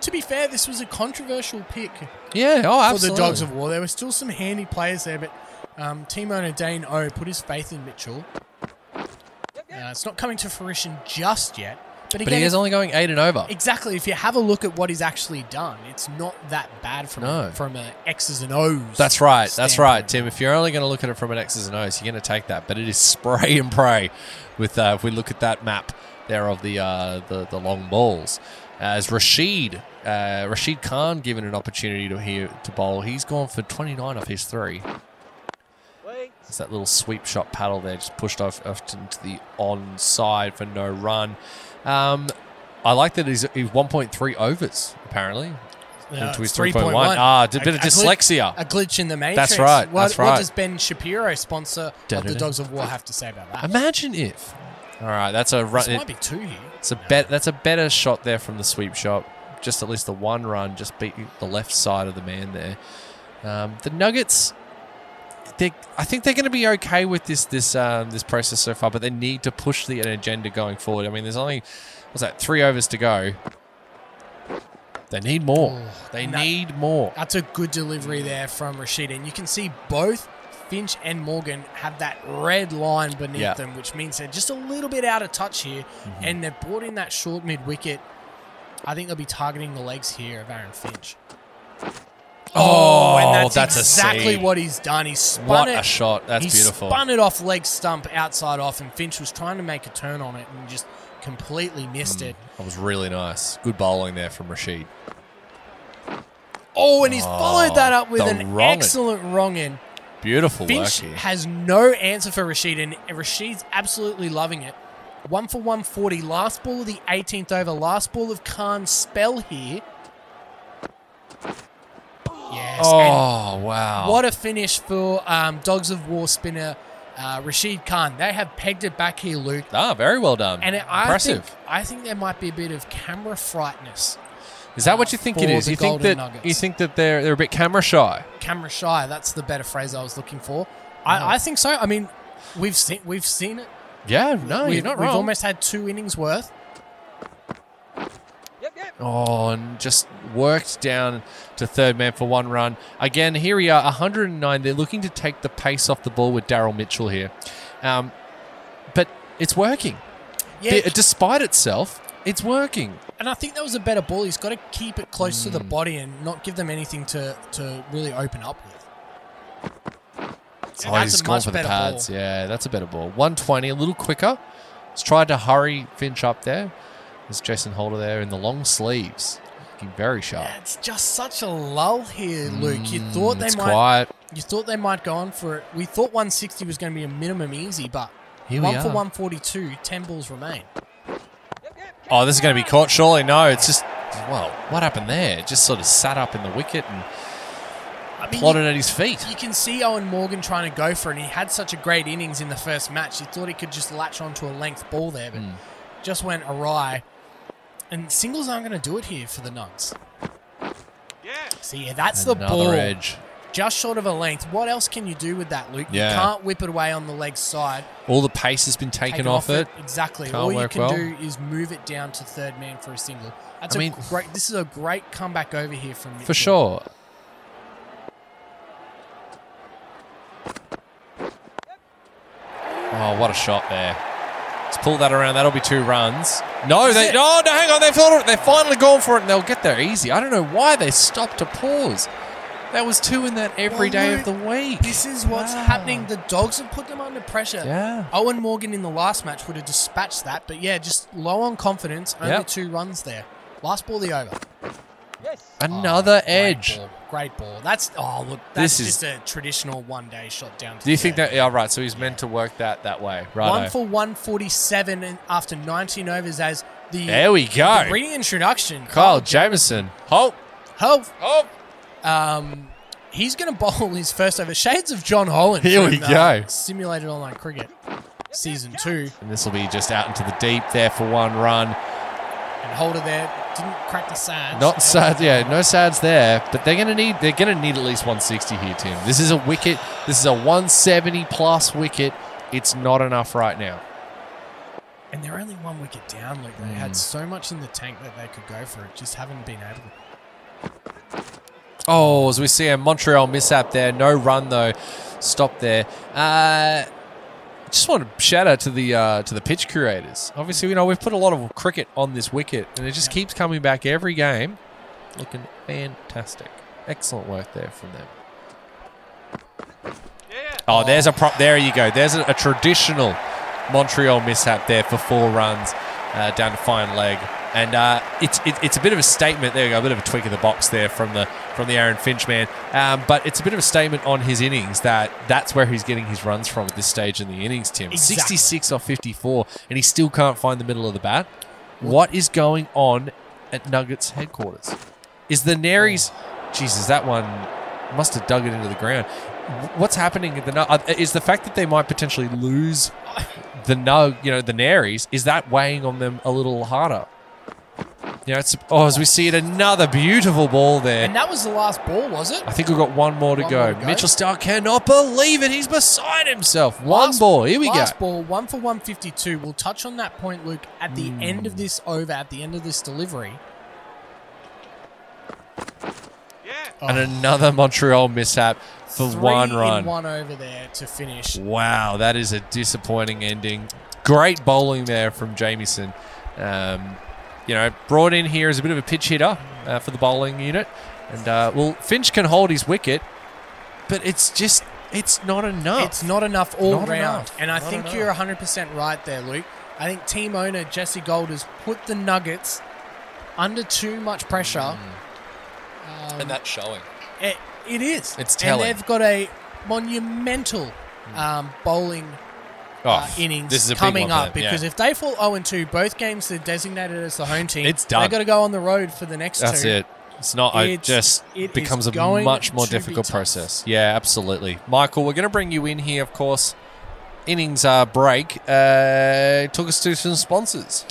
to be fair, this was a controversial pick Yeah, oh, absolutely. for the Dogs of War. There were still some handy players there, but um, Timo and Dane O put his faith in Mitchell. Uh, it's not coming to fruition just yet, but again, But he is only going eight and over. exactly. If you have a look at what he's actually done, it's not that bad from No. from a X's and O's. That's right. That's right, standpoint. Tim. If you're only going to look at it from an X's and O's, you're going to take that. But it is spray and pray. With uh, if we look at that map there of the uh, the, the long balls, as Rashid uh, Rashid Khan given an opportunity to here to bowl, he's gone for 29 off his three. It's that little sweep shot paddle there, just pushed off, off to into the onside for no run. Um, I like that he's, he's 1.3 overs apparently. No, into his it's 3.1. 3.1. Ah, a bit of glitch- dyslexia. A glitch in the matrix. That's right, What, that's What right. does Ben Shapiro, sponsor of the Da-da-da. Dogs of War, have to say about that? Imagine if. All right, that's a run. This might be two here. It's a bet. That's a better shot there from the sweep shot. Just at least the one run, just beat the left side of the man there. Um, the Nuggets, they, I think they're going to be okay with this this um, this process so far, but they need to push the an agenda going forward. I mean, there's only what's that three overs to go. They need more. they no. need more. That's a good delivery there from Rashid. And you can see both Finch and Morgan have that red line beneath Yeah. Mm-hmm. them, which means they're just a little bit out of touch here. And they've brought in that short mid wicket. I think they'll be targeting the legs here of Aaron Finch. Oh, and that's, that's, a exactly seed. what he's done. He's spun What it. a shot. That's he beautiful. spun it off leg stump, outside off, and Finch was trying to make a turn on it and just completely missed it. That was really nice. Good bowling there from Rashid. Oh, and he's followed that up with the an wrong end. excellent wrong in. Beautiful Finch work here. has no answer for Rashid, and Rashid's absolutely loving it. One for 140, last ball of the 18th over, last ball of Khan's spell here. Yes, and Oh wow! What a finish for um, Dogs of War spinner uh, Rashid Khan. They have pegged it back here, Luke. ah, very well done. And it, I impressive. Think, I think there might be a bit of camera frightness, is that what you think it for is? the You think Golden that Nuggets. you think that they're they're a bit camera shy. camera shy. That's the better phrase I was looking for. Oh. I, I think so. I mean, we've seen we've seen it. Yeah, no, we've, Oh, you're not we've wrong. almost had two innings worth. oh, and just worked down to third man for one run. Again, here we are, 109. They're looking to take the pace off the ball with Daryl Mitchell here, um, but it's working. Yeah, D- despite itself, it's working. and I think that was a better ball. He's got to keep it close to the Hmm. body and not give them anything to to really open up with. So oh, he's gone for the pads. Yeah, that's a better ball. 120, a little quicker. He's tried to hurry Finch up there. There's Jason Holder there in the long sleeves, looking very sharp. Yeah, It's just such a lull here, Luke. You thought Hmm, they it's might quiet. You thought they might go on for it. We thought 160 was going to be a minimum easy, but Here we one for are. 142, 10 balls remain. Oh, this is going to be caught, surely. No, it's just, well, what happened there? It just sort of sat up in the wicket and I mean, plotted at his feet. you, you can see Owen Morgan trying to go for it, and he had such a great innings in the first match. You thought he could just latch onto a length ball there, Hmm. but just went awry. And singles aren't going to do it here for the Nugs. See, that's the Another ball. edge. Just short of a length. What else can you do with that, Luke? Yeah. You can't whip it away on the leg side. All the pace has been taken, taken off it. Exactly. Can't All you work can well. do is move it down to third man for a single. That's I a mean- great. This is a great comeback over here from Mitchell. For sure. Oh, what a shot there. Let's pull that around. That'll be two runs. No, they. it. No, no, hang on. They've, they've finally gone for it and they'll get there easy. I don't know why they stopped to pause. That was two in that every Well, day Luke, of the week. This is what's Wow. happening. The dogs have put them under pressure. Yeah. Owen Morgan in the last match would have dispatched that, but yeah, just low on confidence. Only Yep. two runs there. Last ball, the over. Another Great edge. ball. Great ball. That's oh look. That's This is- just a traditional one-day shot down. To Do you the think net. that? Yeah, right. So he's meant to work that that way, one right? for one forty-seven and after nineteen overs as the There we the go. reintroduction. Kyle Jameson. Hope. Ho, Hope. um, he's going to bowl his first over. Shades of John Holland. Here we go. Simulated online cricket, season two. And this will be just out into the deep there for one run. and Holder there didn't crack the sides. Not sad, yeah, no sads there. But they're gonna need they're gonna need at least 160 here, Tim. This is a wicket. This is a 170 plus wicket. It's not enough right now. And they're only one wicket down, Luke. They Mm. had so much in the tank that they could go for it, just haven't been able to. Oh, as we see a Montreal mishap there. No run though. Stop there. Uh, just want to shout out to the uh, to the pitch curators. Obviously, you know we've put a lot of cricket on this wicket, and it just keeps coming back every game. Looking fantastic. Excellent work there from them. Oh, there's a prop. There you go. There's a, a traditional Montreal mishap there for four runs uh, down to fine leg, and uh, it's it, it's a bit of a statement. There we go, a bit of a tweak of the box there from the from the Aaron Finch man, um, but it's a bit of a statement on his innings that that's where he's getting his runs from at this stage in the innings. Tim, Exactly. 66 off 54, and he still can't find the middle of the bat. What is going on at Nuggets headquarters? Is the Nary's? Oh. Jesus, that one must have dug it into the ground. What's happening at the Nu- uh, is the fact that they might potentially lose the Nug, you know, the Naries, is that weighing on them a little harder? You know, it's oh, as we see it, another beautiful ball there. And that was the last ball, was it? I think we've got one more to, One go. more to go. Mitchell Starr cannot believe it. He's beside himself. One Last- ball. Here we go. Last ball, one for 152. We'll touch on that point, Luke, at the Mm. end of this over, at the end of this delivery. And another Montreal mishap for Three one in run. one over there to finish. Wow, that is a disappointing ending. Great bowling there from Jamieson. Um, you know, brought in here as a bit of a pitch hitter uh, for the bowling unit, and uh, well, Finch can hold his wicket, but it's just it's not enough. It's not enough all Not round. enough. And I Not think enough. you're 100% right there, Luke. I think team owner Jesse Gold has put the Nuggets under too much pressure. Mm. and that's showing. It, it is. It's And telling. Hmm. they've got a monumental um, bowling Oh, uh, innings this is a big coming one for up them, yeah. because if they fall 0 2, both games they're designated as the home team. It's done. They've got to go on the road for the next That's two. it. It's not. It It's- just it is becomes a going much more to be difficult tough. process. Yeah, absolutely, Michael. We're going to bring you in here, of course. Innings uh, break uh, took us to some sponsors.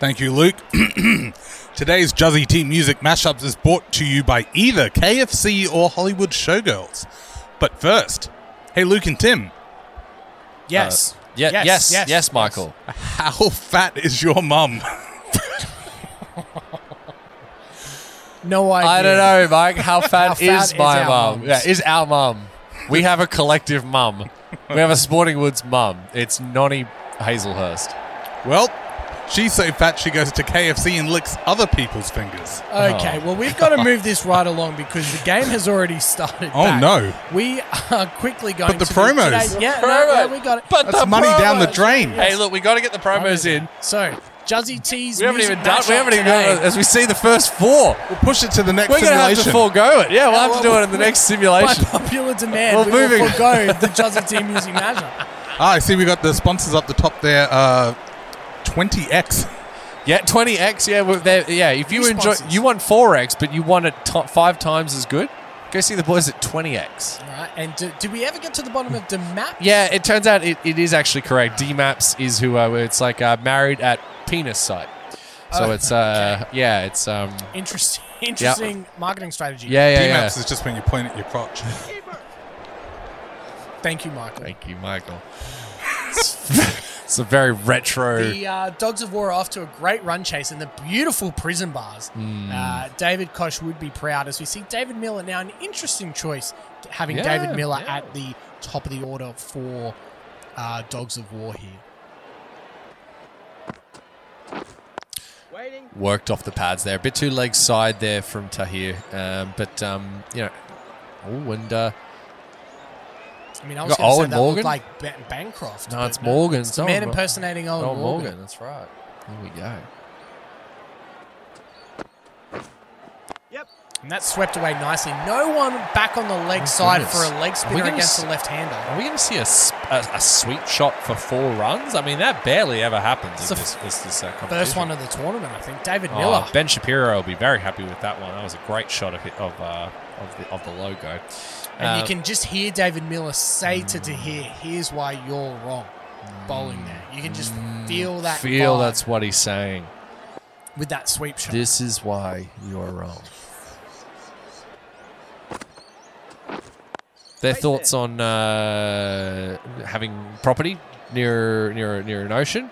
Thank you, Luke. Today's Juzzy Team Music Mashups is brought to you by either KFC or Hollywood Showgirls. But first, hey, Luke and Tim, Yes. Uh, ye- yes, yes, yes, Michael. how fat is your mum? No idea. I don't know, Mike. How fat, How fat is is my our mum? mums? Yeah, is our mum? We have a collective mum. We have a Sporting Woods mum. It's Nonny Hazelhurst. Well, she's so fat she goes to KFC and licks other people's fingers. Okay, well, we've got to move this right along because the game has already started. Oh, back. no. We are quickly going the to promos. Today, yeah, no, Promo. no, we got it. But That's the money down the promos. drain. Hey, look, we got to get the promos in. So, Juzzy T's We haven't music even done. We mashup haven't even today. done. As we see the first four, We'll push it to the next we're going to have to simulation. forego it. Yeah, we'll have to do well, it in the we- next By simulation. popular demand, Well, we moving. will forgo the Juzzy T music mashup. ah, I see we got the sponsors up the top there. Uh, 20x. Yeah, twenty x. Yeah, we're there, yeah. If you New enjoy, sponsors. you won four x, but you won it to- five times as good. Go see the boys at twenty x. All right, and do, did we ever get to the bottom of the map? Yeah, it turns out it, it is actually correct. DMAPS is who uh, it's like uh, married at penis site. So it's uh yeah, it's um Interesting, interesting marketing strategy. yeah yeah yeah. DMAPS is just when you point at your crotch. Thank you, Michael. Thank you, Michael. It's, it's a very retro. The uh, Dogs of War are off to a great run chase in the beautiful prison bars. Hmm. Uh, David Koch would be proud as we see David Miller now an interesting choice, having Yeah, David Miller yeah. at the top of the order for uh, Dogs of War here. worked off the pads there. A bit too leg side there from Tahir. Um, but, um, you know, Oh, and uh, I mean, I got was going to say Owen that Morgan? looked like Ba- Bancroft. no, but it's Morgan. It's Man Owen Mor- impersonating Owen, Owen Oh, Morgan. Morgan. That's right. There we go. And that swept away nicely. No one back on the leg side Oh, goodness. for a leg spinner gonna against s- Oh, a left-hander. Are we going to see a, sp- a, a sweep shot for four runs? I mean, that barely ever happens in It's the this, this, this uh, competition. First one of the tournament, I think. David Oh, Miller. ben Shapiro will be very happy with that one. That was a great shot of hi- of uh, of, the, of the logo. And Uh, mm. you can just hear David Miller say to Tahir, here's why you're wrong bowling there. You can just feel that Mm, feel vibe that's what he's saying. with that sweep shot. This is why you're wrong. Their thoughts on uh, having property near near near an ocean.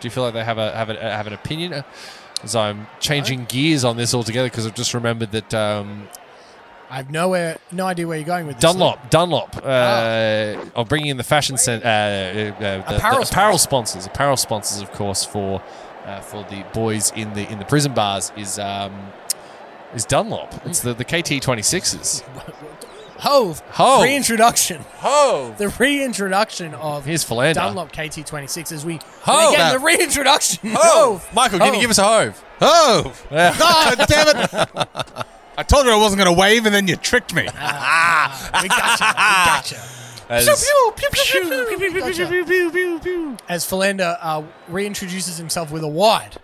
Do you feel like they have a have a, have an opinion? Uh, As I'm changing gears on this altogether because I've just remembered that um, I have nowhere, no idea where you're going with this. Luke. Dunlop, Dunlop, uh, are bringing in the fashion center, uh, uh, the, Apparel the Ah. apparel sponsors, apparel sponsors, of course, for uh, for the boys in the in the prison bars is um, is Dunlop. It's the the KT twenty sixes. Hove. Hove. Reintroduction. Oh, The reintroduction of here's Philander. Dunlop KT26 as we. Hove. and again, the reintroduction. Hove. Hove. Michael, can you Hove. give us a hove? Oh, God damn it! I told you I wasn't going to wave, and then you tricked me. Ah. We gotcha. we gotcha. As- As Philander uh, reintroduces himself with a wide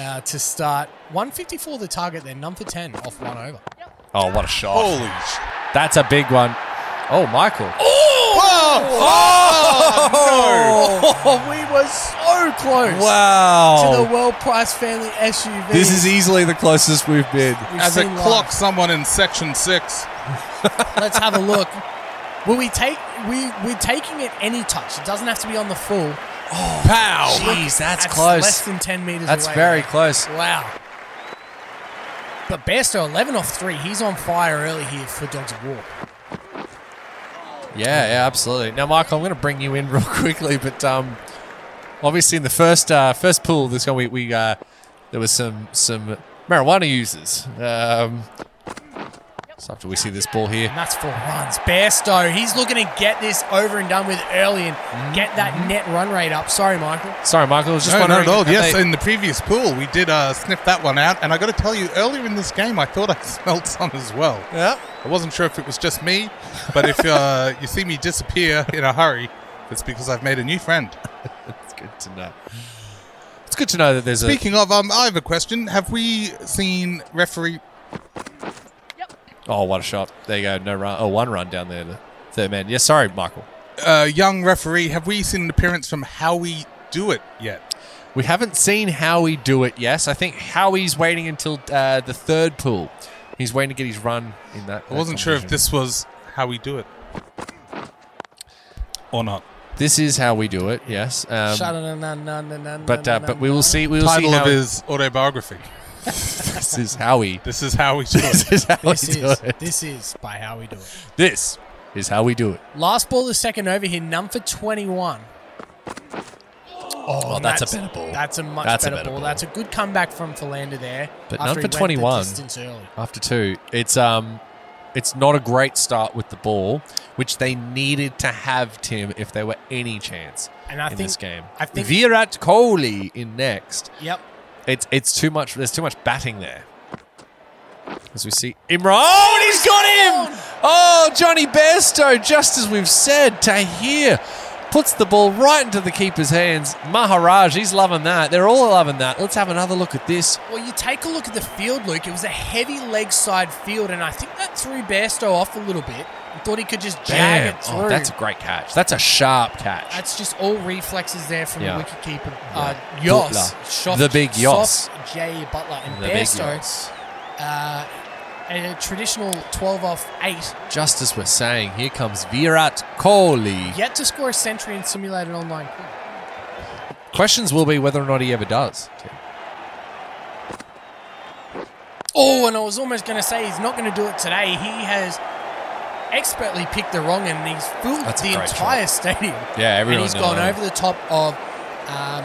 uh, to start 154 the target, then none for 10 off one over. oh, what a shot! Holy sh- That's a big one. Oh, Michael. Oh, we were so close wow. to the World Price Family SUV. this is easily the closest we've been. We've As it seen clocks someone in section six. live. Let's have a look. Will we take? We we're taking it any touch. It doesn't have to be on the full. Pow! Look, Jeez, that's close. Less than ten meters. That's away. very close. Wow. But Bairstow, 11 off three. He's on fire early here for Dogs of War. Yeah, yeah, absolutely. Now, Michael, I'm going to bring you in real quickly, but um, obviously in the first uh, first pool, this one we, we uh, there was some some marijuana users. Um, so after we see this ball here, And that's four runs. Bairstow, he's looking to get this over and done with early and get Mm-hmm. that net run rate up. Sorry, Michael. sorry, Michael, I was just No, not wondering. at all. have Yes, they- in the previous pool, we did uh, sniff that one out, and I got to tell you, earlier in this game, I thought I smelled some as well. yeah. I wasn't sure if it was just me, but if uh, you see me disappear in a hurry, it's because I've made a new friend. It's good to know. It's good to know that there's a. Speaking of, um, I have a question. Have we seen referee? Oh, what a shot! There you go. No run. Oh, one run down there. The third man. Yeah, sorry, Michael. uh, young referee, have we seen an appearance from Howie do it yet? We haven't seen Howie do it. Yes, I think Howie's waiting until uh, the third pool. He's waiting to get his run in that. I wasn't sure if this was Howie do it or not. This is how we do it. Yes. Um, but But uh, but we will see. We will Title see of how his autobiography. this is Howie. This is how we do it. This is how This we do is, it. this is by how we do it. This is how we do it. Last ball, the second over here, none for 21. Oh, that's, a better ball. That's a much That's a better, better ball. ball. That's a good comeback from Philander there. But after none he for went the 21. distance early. After two, it's um, it's not a great start with the ball, which they needed to have Tim if there were any chance And I in think- this game. I think- Virat Kohli in next. Yep. It's it's too much. There's too much batting there. As we see Imran, oh, and he's got him! Oh, Johnny Bairstow, just as we've said, Tahir puts the ball right into the keeper's hands. Maharaj, he's loving that. They're all loving that. Let's have another look at this. Well, you take a look at the field, Luke. It was a heavy leg side field, and I think that threw Bairstow off a little bit. He thought he could just jag Bam! it through. Oh, that's a great catch. That's a sharp catch. That's just all reflexes there from Yeah. the wicketkeeper. Uh, Yeah. Yoss. Butler. Shot- The big Yoss. soft Jay Butler. And The big Bairstow, yes. uh, a traditional 12 off 8, Just as we're saying, here comes Virat Kohli. yet to score a century in simulated online. cricket. Questions will be whether or not he ever does. Tim. Oh, and I was almost going to say he's not going to do it today. He has expertly picked the wrong end and he's filled That's a the great entire stadium. Yeah, everyone And he's knew gone that. over the top of um,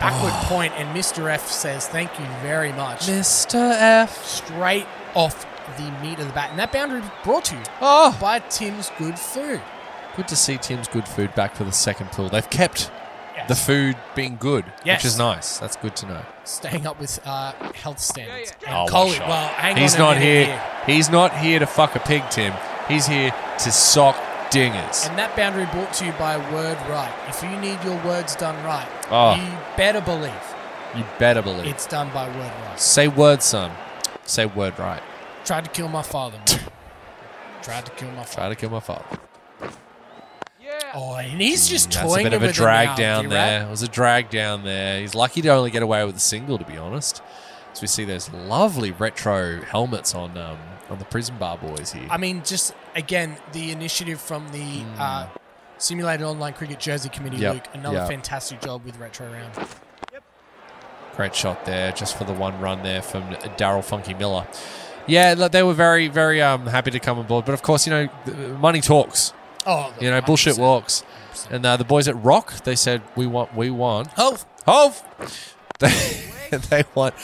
backward Oh. point, and Mr. F says, "Thank you very much." Mr. F. Straight off the meat of the bat. And that boundary was brought to you Oh, by Tim's Good Food. good to see Tim's good food back for the second pool. They've kept Yes. the food being good, Yes. which is nice. That's good to know. Staying up with uh, health standards. Yeah, And Oh, Coley- what a shot. well, hang he's on a not here. minute He's not here to fuck a pig, Tim. He's here to sock dingers. And that boundary brought to you by Word Right. If you need your words done right, Oh. you better believe you better believe. it. it's done by Word Right. Say word, son. Say word right. Tried to kill my father. man. Tried to kill my father. Try to kill my father. Mm, Oh, and he's just That's a toying bit of a with it now, drag down D-Rat. there. It was a drag down there. He's lucky to only get away with a single, to be honest. So we see those lovely retro helmets on um, on the prison bar boys here. I mean, just again, the initiative from the uh, Simulated Online Cricket Jersey Committee, Mm. Yep, Luke. Another yep. fantastic job with Retro Round. Great shot there, just for the one run there from Daryl Funky Miller. Yeah, look, they were very, very um, happy to come aboard. But of course, you know, th- money talks. Oh, You know, bullshit walks. And uh, the boys at Rock, they said, "We want, we want Oh, Hove. They, they want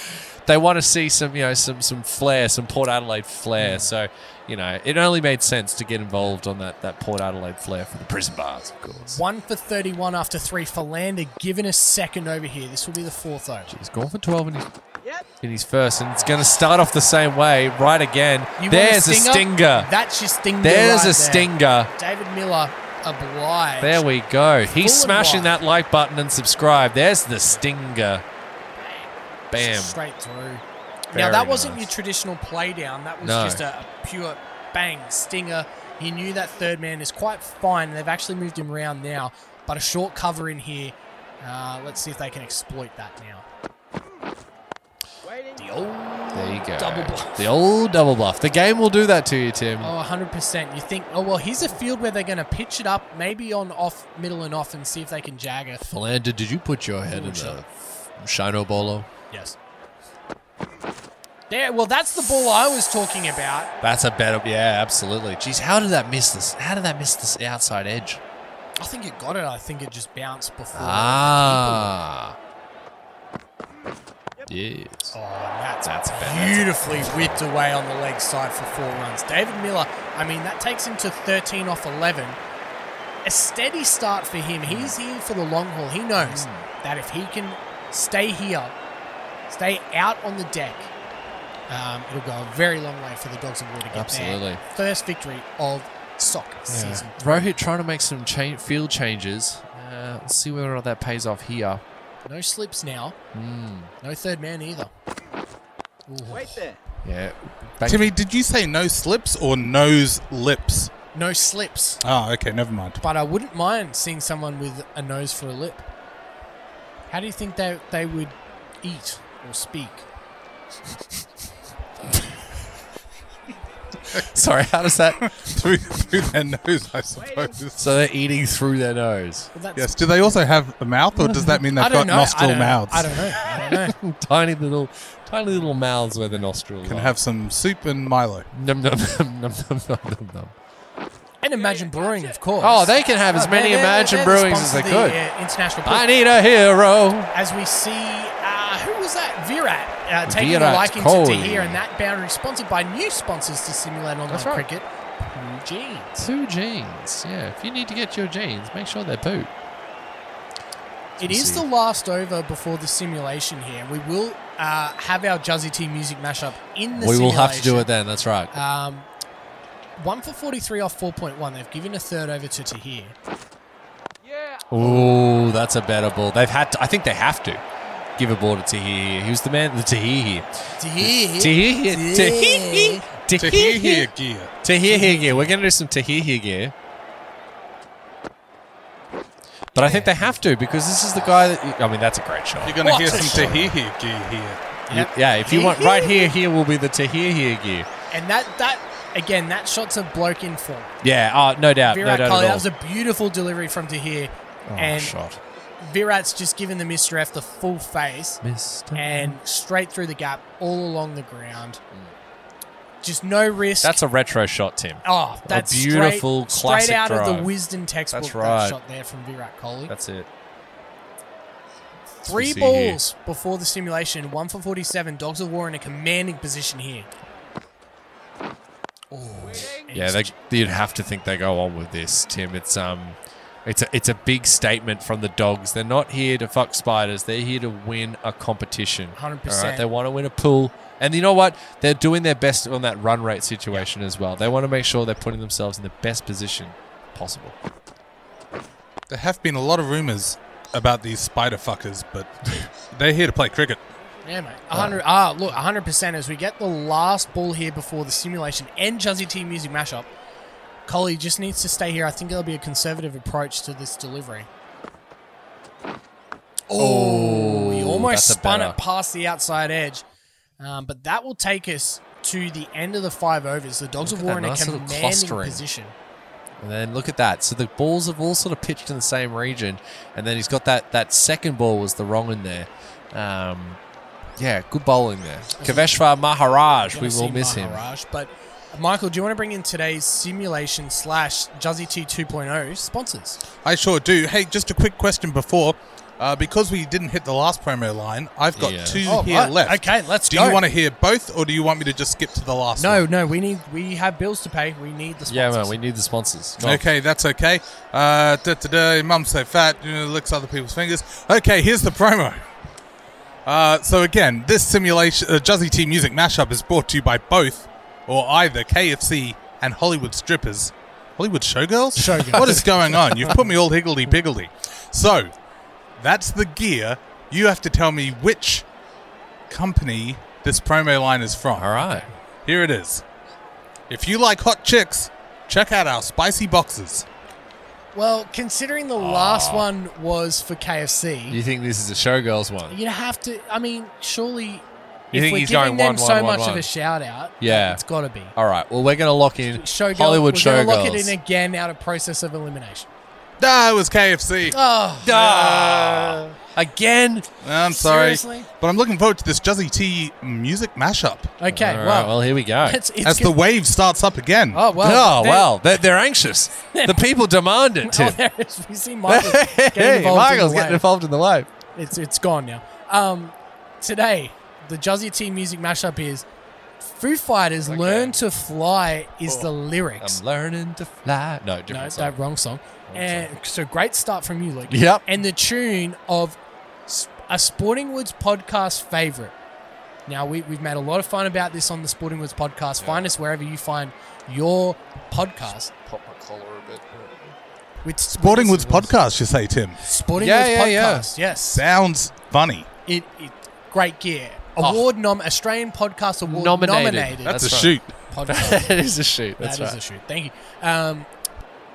they want to see some you know some some flair, some Port Adelaide flair. So you know it only made sense to get involved on that that Port Adelaide flair for the prison bars, of course. one for 31 after three. Philander given a second over here. This will be the fourth over. He's gone for twelve in his, in his first, and it's going to start off the same way, right again. There's want a stinger. That's your stinger. There's right a there. stinger. David Miller obliged. There we go. He's Full and smashing wide. that like button and subscribe. There's the stinger. Bam. Straight through. now, Very that wasn't nice. your traditional play down. That was No. just a, a pure bang stinger. He knew that third man is quite fine. They've actually moved him around now, but a short cover in here. Uh, let's see if they can exploit that now. The old There you go. Double bluff. The old double bluff. The game will do that to you, Tim. Oh, 100%. You think, oh, well, here's a field where they're going to pitch it up, maybe on off, middle and off, and see if they can jag it. Philander, did you put your head in the Shino Bolo? Yes. There, well, that's the ball I was talking about. That's a better. Yeah, absolutely. Jeez, how did that miss this? How did that miss this outside edge? I think it got it. I think it just bounced before. Ah. Yes. Oh, and that's, That's a bad- that's a- beautifully whipped away on the leg side for four runs. David Miller, I mean, that takes him to 13 off 11. A steady start for him. Hmm. He's here for the long haul. He knows that if he can stay here, stay out on the deck, um, it'll go a very long way for the Dogs of War to get there. Absolutely. First victory of SOC season. Rohit trying to make some cha- field changes. Uh, let's see whether or not that pays off here. Hmm. No slips now. No third man either. Ooh. Yeah. Bank- Timmy, did you say no slips or nose lips? No slips. Oh, okay, never mind. But I wouldn't mind seeing someone with a nose for a lip. How do you think they, they would eat or speak? Sorry, how does that? through, through their nose, I suppose. so they're eating through their nose. Well, that's, Yes. Do they also have a mouth, or does that mean I they've don't got know. I nostril don't know. mouths? I don't know. I don't know. Tiny little, tiny little mouths where the nostrils Can are. have some soup and Milo. Nom nom nom nom nom nom nom. and Imagine Brewing, of course. Oh, they can have as Oh, many they're- they're- Imagine they're the Brewings as sponsor they of the, could. uh, international I Book. need a hero. As we see, uh, who was that? Virat uh, taking a Virat liking to Kohli. here, and that boundary sponsored by new sponsors to simulate online That's right. cricket. Blue Jeans. Two jeans. Yeah, if you need to get your jeans, make sure they're boot. It We'll is see. the last over before the simulation here. We will uh, have our Juzzy T music mashup in the We will have to do it simulation. then. That's right. Um, one for 43 off 4.1. They've given a third over to Tahir. Ooh, that's a better ball. They've had. To, I think they have to give a ball to Tahir. here. Who's the man? The Tahir here. Tahir. Tahir here. Tahir here. To Tahir hear here, here. gear. Tahir here gear. We're gonna do some Tahir here gear. But I think they have to because this is the guy that. I mean, that's a great shot. You're gonna What hear a some to hear here, gear here. Y- Yeah, if you want right here, here will be the Tahir here gear. And that, that again, that shot's a bloke in form. Yeah, uh, no doubt. Virat no doubt Kohli, at that all. was a beautiful delivery from Tahir. Oh, and shot. Virat's just given the Mr. F the full face. Missed. and straight through the gap, all along the ground. Just no risk. Mm. That's a retro shot, Tim. oh, that's straight- beautiful straight, classic out of the drive. Wisden textbook. That's that right. shot there from Virat Kohli. That's it. Three we see here. balls before the simulation. One for forty-seven. Dogs of War in a commanding position here. Oh, Yeah, they, you'd have to think they go on with this, Tim. It's um, it's a it's a big statement from the dogs. They're not here to fuck spiders. They're here to win a competition. 100%. They want to win a pool, and you know what? They're doing their best on that run rate situation as well. They want to make sure they're putting themselves in the best position possible. There have been a lot of rumors about these spider fuckers, but they're here to play cricket. Yeah, mate. Uh, 100, ah, look, 100% as we get the last ball here before the simulation and Juzzy T music mashup, Collie just needs to stay here. I think there'll be a conservative approach to this delivery. Oh, he almost that's a spun better. it past the outside edge. Um, but that will take us to the end of the five overs. The Dogs Look of at that War in a nice little commanding clustering. position. And then look at that. So the balls have all sort of pitched in the same region, and then he's got that that second ball was the wrong in there. Um, yeah, good bowling there. Kaveshwar Maharaj, we Gonna will see miss him. Maharaj, But uh, Michael, do you want to bring in today's simulation slash Juzzy T 2.0 sponsors? I sure do. Hey, just a quick question before. Uh, because we didn't hit the last promo line, I've got Yeah. two Oh, here right. left. Okay, let's do go. you want to hear both, or do you want me to just skip to the last No, one? no, we need we have bills to pay. We need the sponsors. Yeah, man, we need the sponsors. Go on. Okay, that's okay. Uh, da, da, da, mum's so fat, you know, licks other people's fingers. Okay, here's the promo. Uh, so again, this simulation, uh, Juzzy T Music mashup is brought to you by both, or either KFC and Hollywood strippers. Hollywood showgirls? Showgirls. What is going on? You've put me all higgledy piggledy. So, that's the gear. You have to tell me which company this promo line is from. All right. Here it is. If you like hot chicks, check out our spicy boxes. Well, considering the last one was for KFC, You think this is a showgirls one? you'd have to. I mean, surely You if think we're he's going giving them one, so one, one, much of one? a shout out, Yeah. it's got to be All right. Well, we're going to lock in Showgirl, Hollywood We're showgirls. gonna lock it in again out of process of elimination. No, it was KFC. Oh, Ah. again. I'm sorry. seriously? But I'm looking forward to this Juzzy T music mashup okay. All right, well, well, here we go. it's, it's as the good- wave starts up again. Oh well. oh, well, they're, they're anxious. the people demand it, Oh, Tim. there is. We see Michael getting hey, involved. Michael's in the getting wave. involved in the wave. It's it's gone now. Um, today the Juzzy T music mashup is Foo Fighters "Learn to Fly" is the lyrics. I'm learning to fly. No, different no, song. that wrong song. and so great start from you, Luke. Yep. And the tune of s- a Sporting Woods podcast favorite. Now we we've made a lot of fun about this on the Sporting Woods podcast. Find us wherever you find your podcast. Pop my collar a bit. With Sporting Woods podcast, you say, Tim. Sporting Yeah, Woods yeah, yeah. podcast. Yes. Sounds funny. It, it great gear. Award nom Australian podcast award Oh. Nominated. nominated. That's, That's a right. shoot. podcast. That is a shoot. That That's is right. a shoot. Thank you. Um,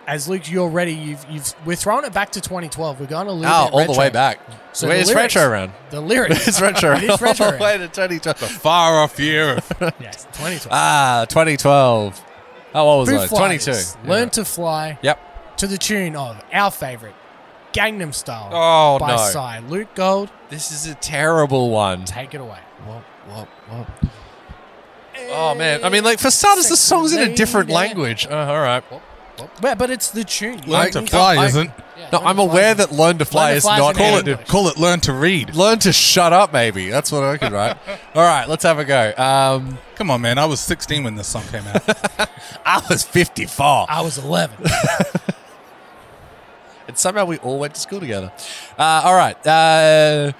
as Luke, you're ready. You've you've we're throwing it back to 2012. We're going a little Oh, bit all the retro. way back. So So Wait, the it's lyrics- retro round. The lyrics. It's retro round. It is retro all the round. way to 2012. Far off year. of- Yes, 2012. Ah, 2012. How old Foo was I? Fighters, 22. Learn to fly Yep. to the tune of our favorite, Gangnam Style. Oh, by no. Psy. Luke Gold, This is a terrible one. take it away. Whoa, whoa, whoa. Oh man! I mean, like for starters, the song's in a different Sexy lady. language. Uh, all right. Yeah, but it's the tune. Learn Like, to you fly, can't- I- isn't? Yeah, No, Learn I'm to Fly aware is- that learn to fly Learn to is Fly is not an Call call animal. it. it, call it learn to read. Learn to shut up, maybe. That's what I could write. all right, let's have a go. Um, Come on, man. I was 16 when this song came out. I was 54, I was 11. and somehow we all went to school together. Uh, all right. Uh,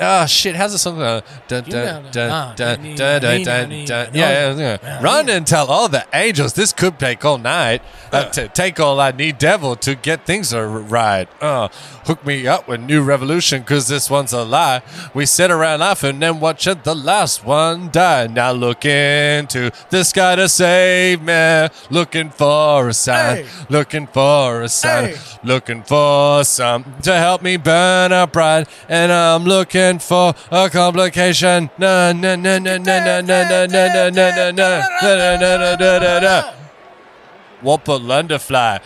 Oh shit! How's the song? go? Dun, You dun, know the- dun, Ah, dun, nee, dun, nee, dun, dun, nee, dun. nee. Yeah, yeah, yeah. Run and tell all the angels this could take all night. Uh, to take all I need, devil, to get things a- right. Uh, hook me up with new revolution, cause this one's a lie. We sit around laughing and watching the last one die. Now look into the sky to save me. Looking for a sign. Hey. Looking for a sign. Hey. Looking for some to help me burn up pride, and I'm looking for a complication. Na na na na na na na na na na na na na na na na na na na. Whopper Lunderfly.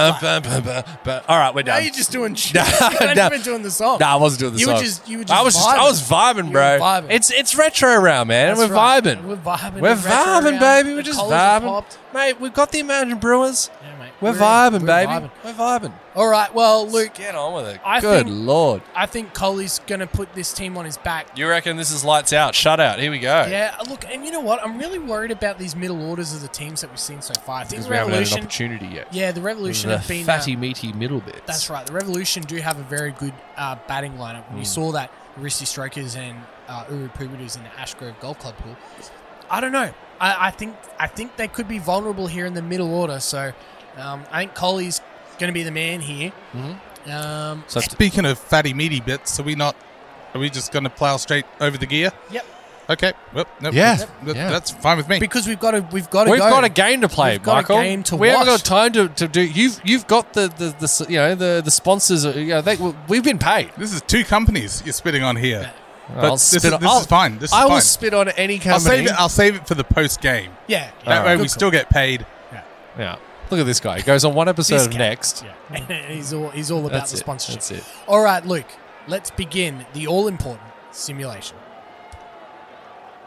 All right, we're Now done. you're just doing shit. Nah, You're nah. not even doing the song. Nah, I wasn't doing the You were song. just- you were I just was I vibing. was vibing, You bro. were vibing. It's it's retro round, man. and That's we're right. vibing. We're vibing. We're The retro vibing, round. baby. The We're just collars are vibing, popped. mate. We've got the Imagine Brewers. Yeah, mate. We're, We're in. vibing, We're baby. vibing. We're vibing. All right. Well, Luke, Get on with it. I Good think- lord. I think Coley's going to put this team on his back. You reckon this is lights out, shut out. Here we go. Yeah, look, and you know what? I'm really worried about these middle orders of the teams that we've seen so far. I think Because the we haven't had an Revolution. opportunity yet. Yeah, the Revolution the have been. uh, fatty, meaty middle bits. that's right. The Revolution do have a very good uh, batting lineup. Hmm. When you saw that Risty Strokers and uh, Uru Pubidu's in the Ashgrove Golf Club pool, I don't know. I, I think I think they could be vulnerable here in the middle order. So um, I think Coley's going to be the man here. Hmm. Mm-hmm. Um, So it's- Speaking of fatty meaty bits, are we not? Are we just going to plow straight over the gear? yep. Okay. Well, nope, Yeah. that- that- Yeah. That's fine with me. Because we've got to we've got to We've go. got a game to play, We've got a Michael. game to we haven't watch. got time to, to do. You've you've got the the, the s- you know the the sponsors. uh, You know, they, we've been paid. This is two companies you're spitting on here. But I'll this spit is- on- this is I'll- fine. This is I will fine. spit on any company. I'll save it. I'll save it for the post game. yeah. That All way right. we still get paid. yeah. Look at this guy. He goes on one episode of This guy. Next. Yeah. he's all he's all about That's the it. sponsorship. That's it. All right, Luke. Let's begin the all important simulation.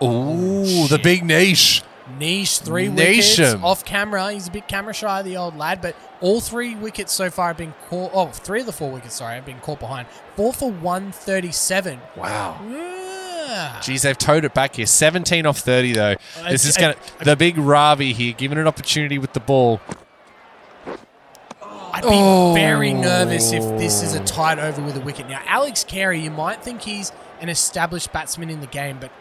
Ooh, the shit. big niche. Niche three wickets Nation. off camera. He's a bit camera shy, the old lad, but all three wickets so far have been caught. Oh, three of the four wickets, sorry, have been caught behind. Four for one thirty-seven. Wow. Yeah. Geez, they've towed it back here. 17 off 30 though. This Uh, it's- is gonna the big Ravi here, given an opportunity with the ball. I'd be Oh. very nervous if this is a tight over with a wicket. Now, Alex Carey, you might think he's an established batsman in the game, but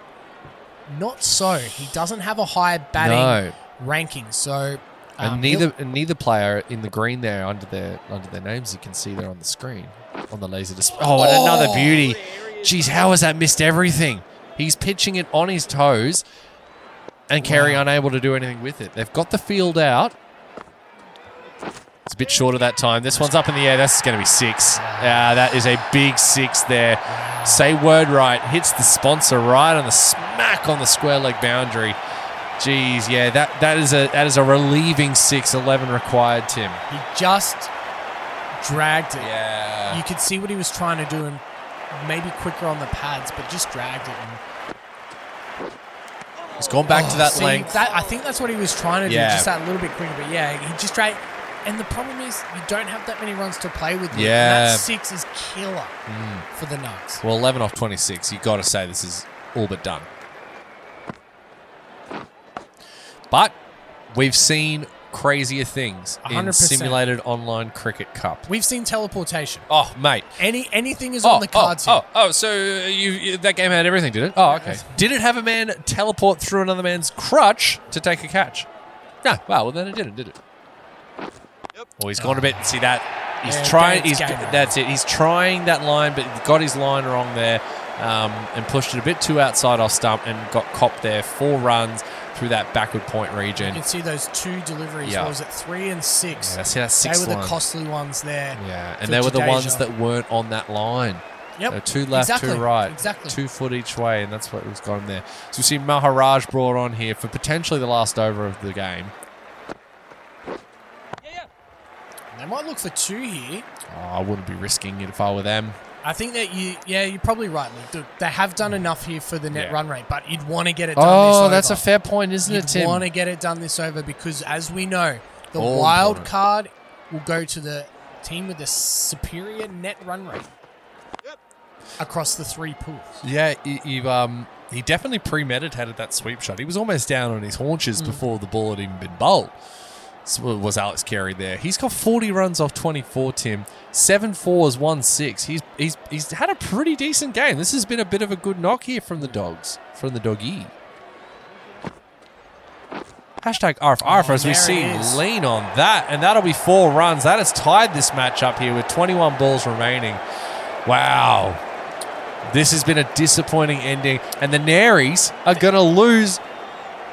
not so. He doesn't have a high batting ranking, so. um, and neither and neither player in the green there under their under their names you can see there on the screen on the laser display. Oh, and another beauty. Jeez, how has that missed everything? He's pitching it on his toes, and Carey unable to do anything with it. They've got the field out. It's a bit short of that time. This one's up in the air. That's going to be six. Ah, that is a big six there. Say word right. Hits the sponsor right on the smack on the square leg boundary. Jeez, yeah, that, that is a that is a relieving six. Eleven required, Tim. He just dragged it. Yeah. You could see what he was trying to do and maybe quicker on the pads, but just dragged it. And Oh, He's gone back to that See, length. that- I think that's what he was trying to Yeah. do, just that little bit quicker. But yeah, he just dragged. And the problem is, you don't have that many runs to play with. Luke, and Yeah. Mm. that six is killer for the Nugs. Well, eleven off twenty-six. You got to say this is all but done. But we've seen crazier things in 100%. simulated online cricket cup. We've seen teleportation. Oh, mate. Any anything is Oh, on the cards oh, here. oh, oh, so uh, you, you, that game had everything, did it? Oh, okay. Did it have a man teleport through another man's crutch to take a catch? No. Wow. Ah, Well, then it didn't, did it? Yep. Oh, he's gone a bit. See that? He's Yeah, trying. it's He's game over. that's it. He's trying that line, but got his line wrong there, um, and pushed it a bit too outside off stump, and got copped there. Four runs through that backward point region. You can see those two deliveries. Yeah. What was it three and six? Yeah, that's that six they were one. the costly ones there. yeah, for and they were the Jadeja. ones that weren't on that line. Yep. So Uh, two left, exactly. two right, Exactly. two foot each way, and that's what was gone there. So we see Maharaj brought on here for potentially the last over of the game. They might look for two here. Oh, I wouldn't be risking it if I were them. I think that you, yeah, you're probably right, Luke. Th- They have done enough here for the net Mm. Yeah. run rate, but you'd want to get it done this over. Oh, that's a fair point, isn't it, You'd Tim? want to get it done this over because, as we know, the All wild important. card will go to the team with the superior net run rate across the three pools. Yeah, you, you've um, he definitely premeditated that sweep shot. He was almost down on his haunches Hmm. before the ball had even been bowled. So it was Alex Carey there? He's got 40 runs off 24. Tim seven fours, one six. He's he's he's had a pretty decent game. This has been a bit of a good knock here from the dogs, from the doggy. Hashtag RF RF Oh, as we there it see is. lean on that, and that'll be four runs. That has tied this match up here with 21 balls remaining. Wow. This has been a disappointing ending, and the Naries are going to lose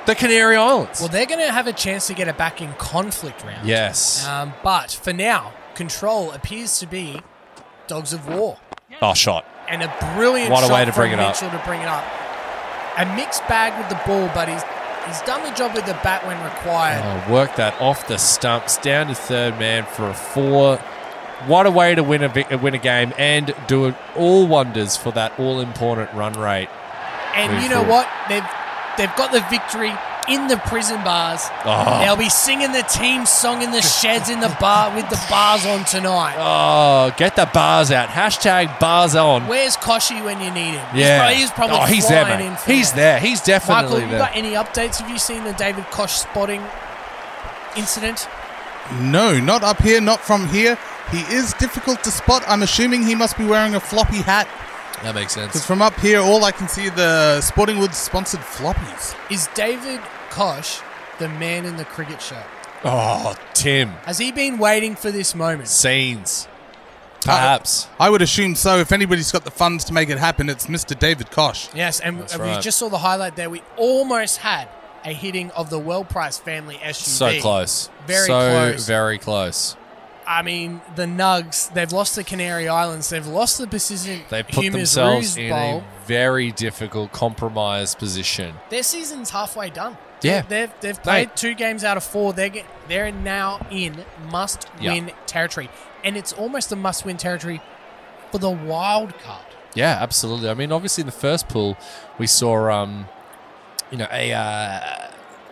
the Canary Islands. Well, they're going to have a chance to get it back in conflict round. yes. Um, but for now, control appears to be Dogs of War. oh, shot. and a brilliant What a shot way to from bring it up. Mitchell to bring it up. A mixed bag with the ball, but he's he's done the job with the bat when required. Oh, work that off the stumps, down to third man for a four. What a way to win a, vic- win a game and do it all wonders for that all important run rate. and very you know Oh, cool. what? They've they've got the victory in the prison bars. Oh. They'll be singing the team song in the sheds in the bar with the bars on tonight. Oh, get the bars out. Hashtag bars on. Where's Koshi when you need him? Yeah. He's probably, he's probably oh, he's there, flying mate. in for He's that. there. He's definitely Michael, have you there. got any updates? Have you seen the David Kosh spotting incident? No, not up here, not from here. He is difficult to spot. I'm assuming he must be wearing a floppy hat that makes because sense. from up here, all I can see are the Sporting Woods sponsored floppies. Is David Kosh the man in the cricket shirt? Oh, Tim. Has he been waiting for this moment? Scenes. Perhaps. I would assume so. If anybody's got the funds to make it happen, it's Mr. David Kosh. Yes, and we right. just saw the highlight there. We almost had a hitting of the well-priced family SUV. So close. Very so close. very close. I mean, the Nugs, they've lost the Canary Islands, they've lost the Persistent They put Humours themselves Ruse in Bowl. a very difficult compromise position. Their season's halfway done. Yeah. They've, they've played two games out of four. They're, get, they're now in must win territory. And it's almost a must win territory for the wild card. Yeah, absolutely. I mean, obviously in the first pool, we saw um, you know a uh,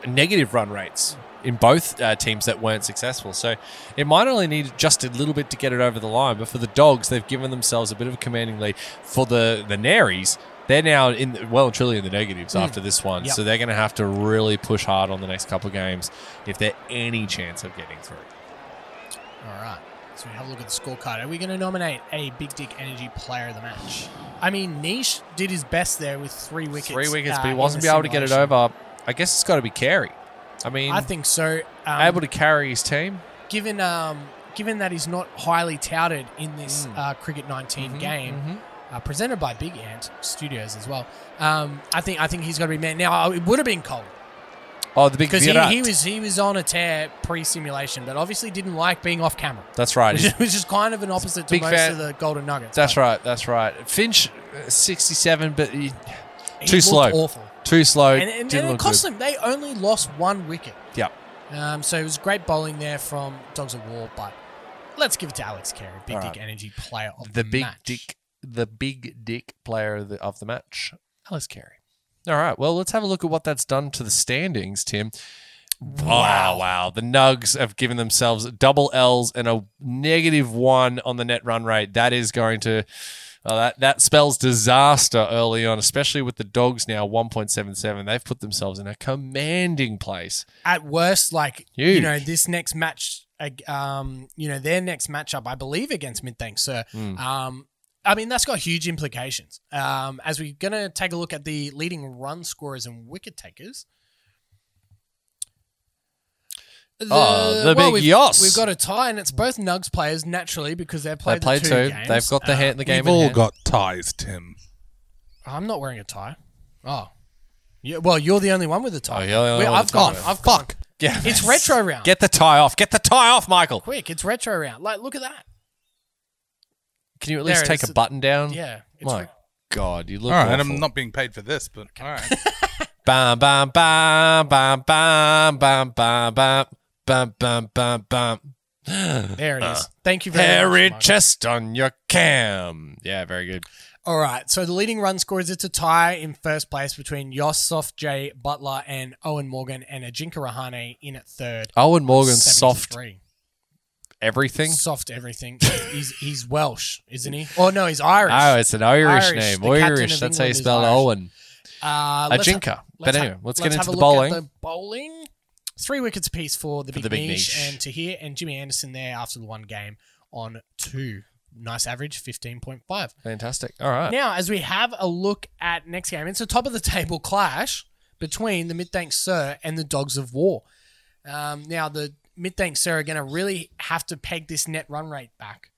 negative run rates in both uh, teams that weren't successful. So it might only need just a little bit to get it over the line. But for the Dogs, they've given themselves a bit of a commanding lead. For the the Naries, they're now in well and truly in the negatives after this one. Hmm. Yep. So they're going to have to really push hard on the next couple of games if they're any chance of getting through. All right. So we have a look at the scorecard. Are we going to nominate a Big Dick Energy player of the match? I mean, Nish did his best there with three wickets. Three wickets, uh, but he in wasn't the be able to get it simulation. over. I guess it's got to be Carey. I mean, I think so. Um, able to carry his team. given um, given that he's not highly touted in this Mm. uh, cricket 19 Mm-hmm, game, uh, presented by Big Ant Studios as well. Um, I think I think he's got to be man. Now it would have been cold Oh, the big because he, Virat. he was he was on a tear pre-simulation, but obviously didn't like being off camera, That's right. which, is- which is kind of an opposite to Big most fan- of the Golden Nuggets. That's but right. That's right. Finch, uh, sixty-seven, but he, he Too looked slow. awful, too slow. and, and, didn't and it look cost good. them. They only lost one wicket, Yeah. um, so it was great bowling there from Dogs of War, but. Let's give it to Alex Carey, Big All Dick right. Energy Player of The the, big match. dick, the big dick player of the, of the match, Alice Carey. All right. Well, let's have a look at what that's done to the standings, Tim. Wow, wow. The Nugs have given themselves double L's and a negative one on the net run rate. That is going to. Oh, that, that spells disaster early on, especially with the dogs now 1.77. They've put themselves in a commanding place. at worst, like you Huge. know, this next match, ag- um, you know, their next matchup, I believe, against Midthank. So, Hmm. um, I mean, that's got huge implications. Um, as we're gonna take a look at the leading run scorers and wicket takers. Oh, the big we've, Yoss. We've got a tie, and it's both Nugs players naturally because they've played, they played the 2 two. two. games. They've got the, Uh, hand, the game We've in all hand. got ties, Tim. I'm not wearing a tie. Oh, yeah. Well, you're the only one with a tie. Oh, you're the only Well, one I've with a tie. gone. I've gone. Fuck. Yeah. It's retro round. Get the tie off. Get the tie off, Michael. Quick, it's retro round. Like, look at that. Can you at There least it take is. a button down? Yeah, it's My re- God, you look All right, awful. I'm not being paid for this, but all right. Bam, bam, bam, bam, bam, bam, bam, bam, bam, bam, bam, bam. There it Uh, is. Thank you very Hairy much. Michael. chest on your cam. Yeah, very good. All right. So the leading run scorers, it's a tie in first place between Yossof J. Butler and Owen Morgan and Ajinka Rahane in at third. Owen Morgan, soft 73. everything. Soft everything. he's he's Welsh, isn't he? Oh, no, he's Irish. Oh, it's an Irish, Irish, name. the captain Irish. of That's how you England is spell Irish. Owen. Uh, let's Ajinka. ha- But let's ha- anyway, let's get into have a the look at bowling. the bowling. Three wickets apiece for the big, the big niche, niche. and Tahir and Jimmy Anderson there after the one game on two. Nice average, 15.5. Fantastic. All right. Now, as we have a look at next game, it's a top of the table clash between the Midthank Sir and the Dogs of War. Um, now, the Midthank Sir are going to really have to peg this net run rate back.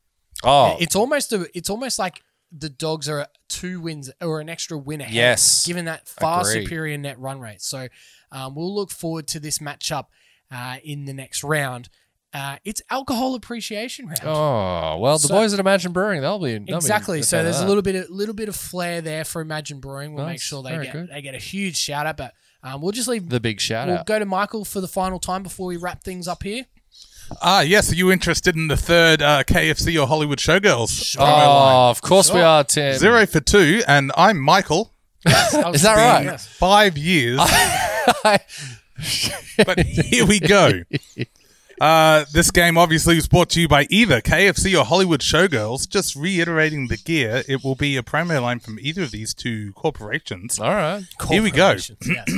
Oh, It's almost a, it's almost like the Dogs are two wins or an extra win ahead, Yes. given that far Agree. superior net run rate. So, um, we'll look forward to this matchup uh, in the next round. Uh, it's alcohol appreciation round. Oh well, the So- boys at Imagine Brewing, they'll be they'll be Exactly. a So fan of there's a that. little bit of little bit of flair there for Imagine Brewing. We'll make Nice. sure they Very get good. they get a huge shout out. But um, we'll just leave. the big shout we'll out. go to Michael for the final time before we wrap things up here. Ah, yes. Are you interested in the third uh, KFC or Hollywood Showgirls? Oh, promo line? of course we Sure. are, Tim. Zero for two, and I'm Michael. Is that right? Five years. I, But here we go. Uh, this game obviously was brought to you by either KFC or Hollywood Showgirls. Just reiterating the gear, it will be a promo line from either of these two corporations. All right. Here we go. Corporations, yes.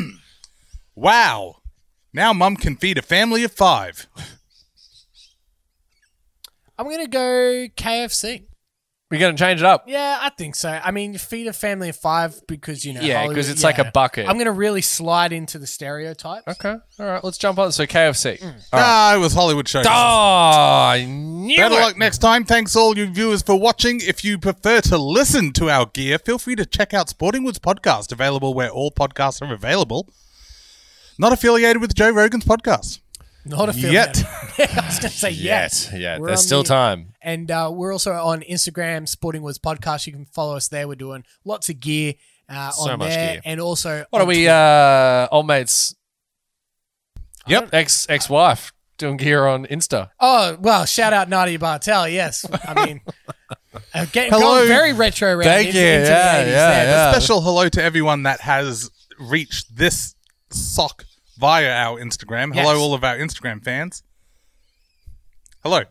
Wow. Now mum can feed a family of five. I'm gonna go KFC. We're going to change it up. Yeah, I think so. I mean, feed a family of five because you know. Yeah, Hollywood- 'cause it's like a bucket. I'm gonna really slide into the stereotypes. Okay. All right. Let's jump on. So KFC. Mm. Ah, it was Hollywood Showgirls. Oh, I knew Better it. luck next time. Thanks all you viewers for watching. If you prefer to listen to our gear, feel free to check out Sportingwood's podcast, available where all podcasts are available. Not affiliated with Joe Rogan's podcast. Not a film Yet. yet. I was gonna say yet. Yes. Yeah. We're There's on still the- time. And uh, we're also on Instagram, Sporting Woods Podcast. You can follow us there. We're doing lots of gear uh, So on much there, gear. and also What on are we, Twitter. uh, old mates? Yep. Ex ex wife doing gear on Insta. Oh well, shout out Nadia Bartel. Yes, I mean, uh, get, Hello. going very retro. round Thank into, you. into the Yeah, yeah, 80s there, but yeah. Special hello to everyone that has reached this sock via our Instagram. Hello, Yes. all of our Instagram fans. Hello.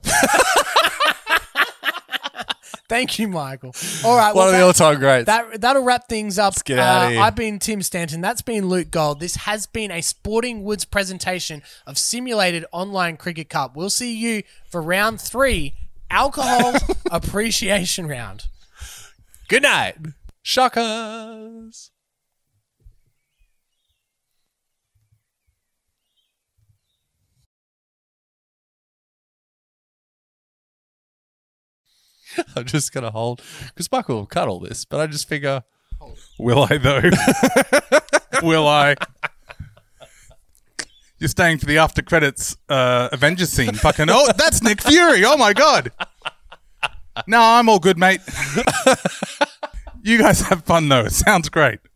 Thank you, Michael. All right, One well, of the that- all time greats. That that'll wrap things up. Uh, get outta here. I've been Tim Stanton. That's been Luke Gold. This has been a Sporting Woods presentation of simulated online cricket cup. We'll see you for round three, alcohol appreciation round. Good night. Shockers. I'm just gonna hold because Michael will cut all this, but I just figure Will I though? Will I? You're staying for the after credits uh, Avengers scene. Fucking oh, that's Nick Fury. Oh my god. No, I'm all good, mate. you guys have fun though. It sounds great.